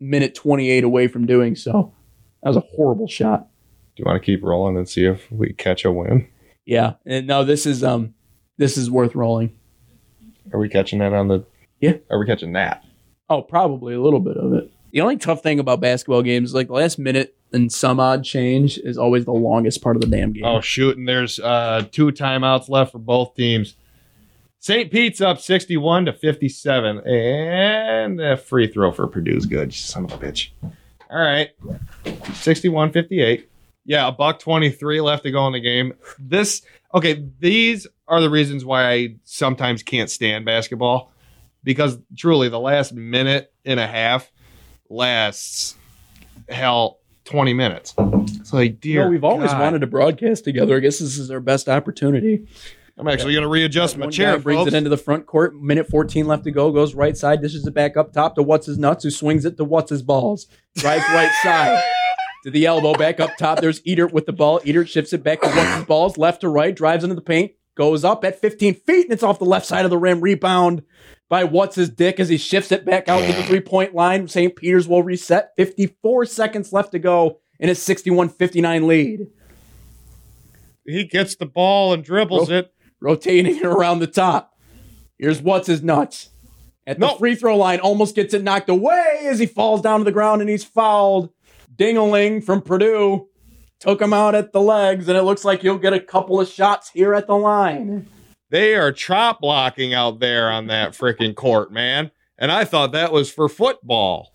E: minute 28 away from doing so. That was a horrible shot.
F: do you want to keep rolling and see if we catch a win?
E: Yeah, and no, this is um this is worth rolling.
F: Are we catching that on the?
E: Yeah.
F: Are we catching that?
E: Oh, probably a little bit of it. The only tough thing about basketball games is like the last minute and some odd change is always the longest part of the damn game.
F: Oh shoot! And there's uh, two timeouts left for both teams. St. Pete's up 61 to 57, and a free throw for Purdue's good. Son of a bitch. All right, 61-58. Yeah, a buck 23 left to go in the game. This okay. These are the reasons why I sometimes can't stand basketball because truly the last minute and a half lasts hell 20 minutes. It's like dear.
E: No, we've always
F: God.
E: wanted to broadcast together. I guess this is our best opportunity.
F: I'm actually going to readjust my
E: One
F: chair.
E: guy brings
F: folks.
E: it into the front court. Minute 14 left to go. Goes right side. Dishes it back up top to what's his nuts, who swings it to what's his balls. Drives right side to the elbow, back up top. There's Edert with the ball. Edert shifts it back to what's his balls, left to right. Drives into the paint. Goes up at 15 feet, and it's off the left side of the rim. Rebound by what's his dick as he shifts it back out to the three point line. St. Peter's will reset. 54 seconds left to go in a 61 59 lead.
F: He gets the ball and
E: Oh.
F: dribbles it.
E: rotating it around the top. Here's what's his nuts. At the free throw line, almost gets it knocked away as he falls down to the ground and he's fouled. Dingaling from Purdue took him out at the legs, and it looks like he'll get a couple of shots here at the line.
F: They are chop blocking out there on that freaking court, man. And I thought that was for football.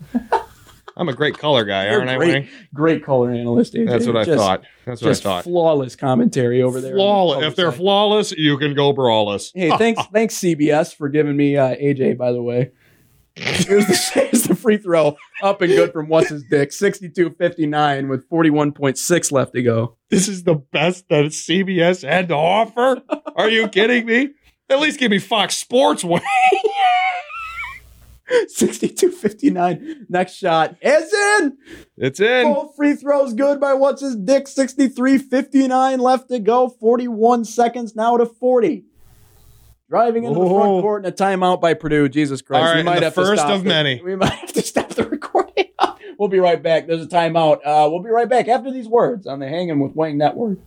F: I'm a great color guy,
E: You're
F: aren't I,
E: great,
F: Wayne?
E: great color analyst. AJ.
F: That's what I
E: Just-
F: thought. That's what I
E: Just
F: thought.
E: flawless commentary over there. on the
F: Flawless.
E: color
F: If they're
E: side.
F: flawless, you can go brawless.
E: Hey, thanks, thanks CBS for giving me uh, AJ. By the way, here's the, here's the free throw up and good from what's his dick. 62-59 with forty one point six left to go.
F: This is the best that CBS had to offer. Are you kidding me? At least give me Fox Sports one.
E: 62-59. Next shot is in.
F: It's in.
E: Both free throws good by what's his dick. 63-59 left to go. Forty one seconds now to forty. Driving into the
F: Whoa.
E: front court and a timeout by Purdue. Jesus Christ!
F: All right, the
E: to
F: first
E: stop
F: of
E: the-
F: many.
E: We might have to stop the recording. we'll be right back. There's a timeout. Uh, we'll be right back after these words on the Hanging with Wayne Network.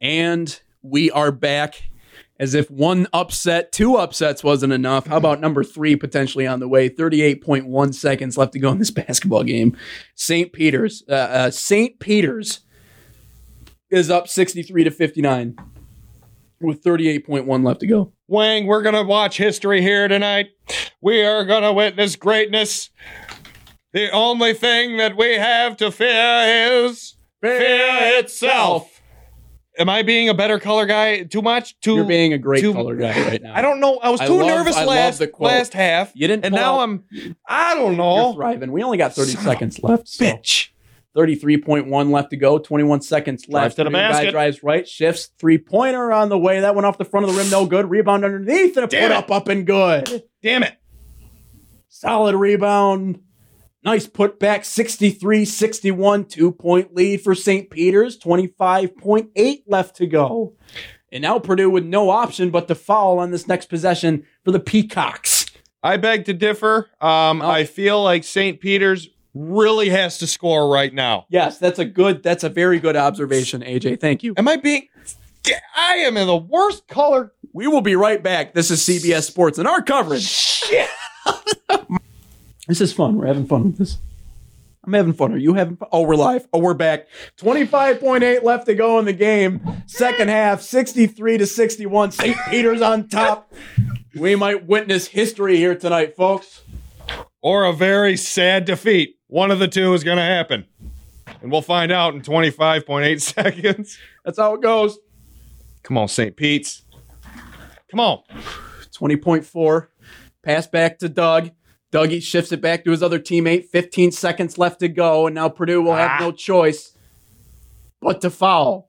E: And we are back. As if one upset, two upsets wasn't enough. How about number three potentially on the way? 38.1 seconds left to go in this basketball game. St. Peter's. Uh, uh, St. Peter's is up 63 to 59 with 38.1 left to go.
F: Wang, we're going to watch history here tonight. We are going to witness greatness. The only thing that we have to fear is fear itself. Am I being a better color guy? Too much? Too
E: You're being a great
F: too-
E: color guy right now.
F: I don't know. I was
E: I
F: too
E: love-
F: nervous
E: I love
F: last
E: the quote.
F: last half.
E: You didn't
F: and
E: pull
F: now
E: out-
F: I'm. I don't
E: You're
F: know.
E: thriving. We only got 30 seconds left. so-
F: Bitch.
E: 33.1 left to go. 21 seconds left.
F: to the
E: Green Guy
F: basket.
E: drives right, shifts three pointer on the way. That went off the front of the rim, no good. Rebound underneath and a
F: Damn
E: put
F: it.
E: up, up and good.
F: Damn it.
E: Solid rebound. Nice put back. 63 61, two point lead for St. Peter's. 25.8 left to go. And now Purdue with no option but to foul on this next possession for the Peacocks.
F: I beg to differ. Um,
E: Oh.
F: I feel like St. Peter's really has to score right now.
E: Yes, that's a good, that's a very good observation, AJ. Thank you.
F: Am I being? I am in the worst color.
E: We will be right back. This is CBS Sports and our coverage. this is fun. We're having fun with this. I'm having fun. Are you having fun? Oh, we're live. Oh, we're back. 25.8 left to go in the game. Second half, 63 to 61. St. Peter's on top. We might witness history here tonight, folks.
F: Or a very sad defeat. One of the two is going to happen, and we'll find out in 25.8 seconds.
E: That's how it goes.
F: Come on, St. Pete's. Come on.
E: 20.4. Pass back to Doug. Dougie shifts it back to his other teammate. 15 seconds left to go, and now Purdue will
F: Ah.
E: have no choice but to foul.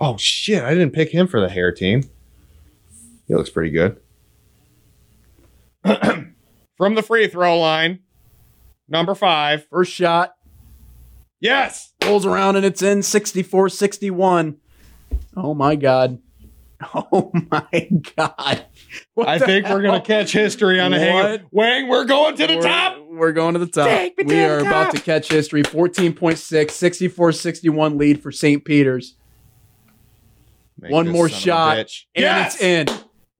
F: Oh shit! I didn't pick him for the hair team. He looks pretty good. From the free throw line, number five.
E: First shot
F: Yes.
E: rolls around and it's in 64 61. Oh my God. Oh my God. What
F: I
E: the
F: think we're gonna
E: hell?
F: catch history on a
E: What?
F: hang. Wang, we're going to the
E: We're-
F: top.
E: We're going to the top.
F: Take me
E: we
F: to the
E: are about
F: top.
E: to catch history. 14.6, 64 61 lead for St. Peter's.
F: Make
E: One
F: this
E: more
F: son of a
E: shot. And
F: bitch.
E: it's in.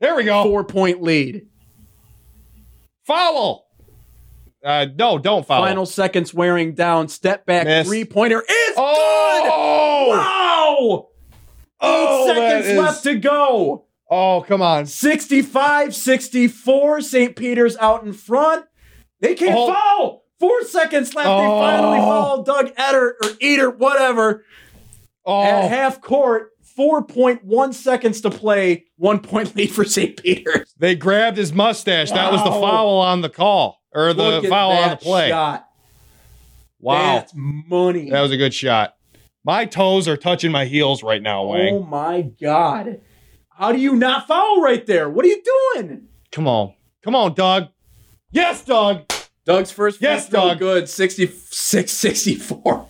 F: There we go.
E: Four point lead.
F: Foul. Uh, no, don't foul.
E: Final seconds wearing down. Step back
F: Miss.
E: three pointer is good.
F: Oh.
E: Wow.
F: Oh,
E: Eight
F: that
E: seconds
F: is-
E: left to go.
F: Oh, come on.
E: 65 64. St. Peter's out in front. They can't
F: Oh.
E: foul. Four seconds left. They finally
F: Oh.
E: foul Doug Edder or Eater, whatever, at
F: Oh,
E: half court. 4.1 seconds to play. One point lead for St. Peter's.
F: they grabbed his mustache. That was the
E: Wow.
F: foul on the call or the
E: Look at
F: foul on the
E: that
F: play.
E: Shot.
F: Wow.
E: That's money.
F: That was a good shot. My toes are touching my heels right now, Wang.
E: Oh my God. How do you not foul right there? What are you doing?
F: Come on. Come on, Doug. Yes, Doug.
E: Doug's first.
F: Yes,
E: free throw,
F: Doug.
E: Good. 66 64.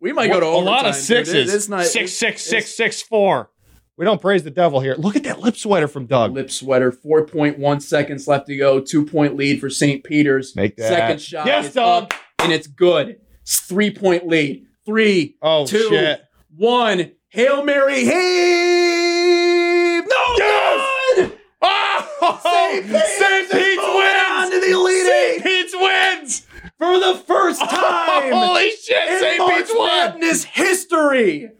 E: We might go to
F: a
E: overtime.
F: lot of
E: dude.
F: sixes.
E: It- It's not,
F: six,
E: it's-
F: six,
E: it's
F: six, six, four. We don't praise the devil here. Look at that lip sweater from Doug.
E: Lip sweater. 4.1 seconds left to go. Two point lead for St. Peter's.
F: Make that.
E: Second shot.
F: Yes,
E: is
F: Doug.
E: up, and it's good. It's three point lead. Three,
F: Oh,
E: two,
F: shit.
E: one. Hail Mary. Heave. No.
F: Yes!
E: good!
F: Oh,
E: St. Peter's
F: St.
E: is moving on to the Elite
F: St.
E: Eight.
F: Pete's wins.
E: For the first time.
F: Holy shit,
E: in
F: St.
E: March
F: Pete's won.
E: Madness history.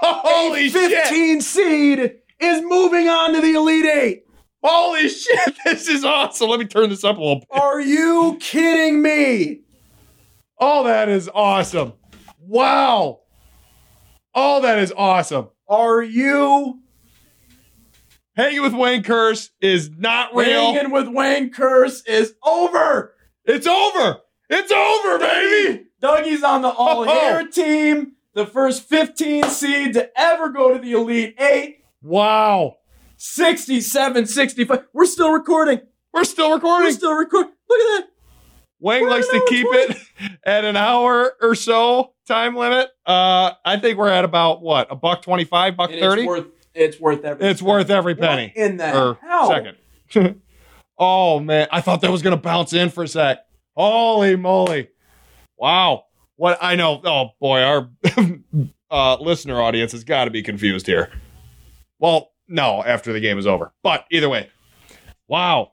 F: Holy
E: a
F: shit.
E: 15 seed is moving on to the Elite Eight.
F: Holy shit, this is awesome. Let me turn this up a little bit.
E: Are you kidding me?
F: Oh, that is awesome. Wow. Oh, that is awesome.
E: Are you
F: Hanging with Wayne Curse is not real.
E: Hanging with Wayne Curse is over.
F: It's over. It's over, baby.
E: Dougie's on the
F: Oh,
E: All Hair team, the first 15 seed to ever go to the Elite Eight.
F: Wow.
E: 67, 65. We're still recording.
F: We're still
E: We're
F: recording.
E: still recording. Look at that.
F: Wang
E: We're
F: likes
E: an
F: to
E: hour
F: keep it at an hour or so time limit. Uh, I think we're at about what a buck twenty-five, buck
E: And
F: thirty.
E: It's worth, it's worth every
F: It's worth every
E: What
F: penny.
E: in the
F: or
E: hell?
F: second. oh man, I thought that was gonna bounce in for a sec. Holy moly! Wow, what I know. Oh boy, our uh, listener audience has got to be confused here. Well, no, after the game is over. But either way, wow,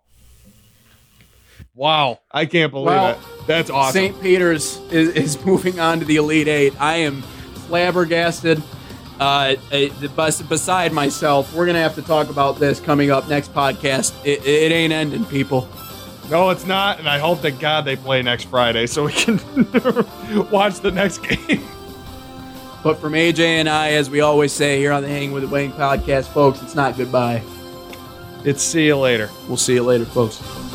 F: wow, I can't believe
E: Wow.
F: it. That's awesome.
E: St. Peter's is, is moving on to the Elite Eight. I am flabbergasted. Uh, uh, bes- beside myself, we're gonna have to talk about this coming up next podcast. It, it ain't ending, people.
F: No, it's not, and I hope that God they play next Friday so we can watch the next game.
E: But from AJ and I, as we always say here on the Hang with Wayne podcast, folks, it's not goodbye.
F: It's see you later.
E: We'll see you later, folks.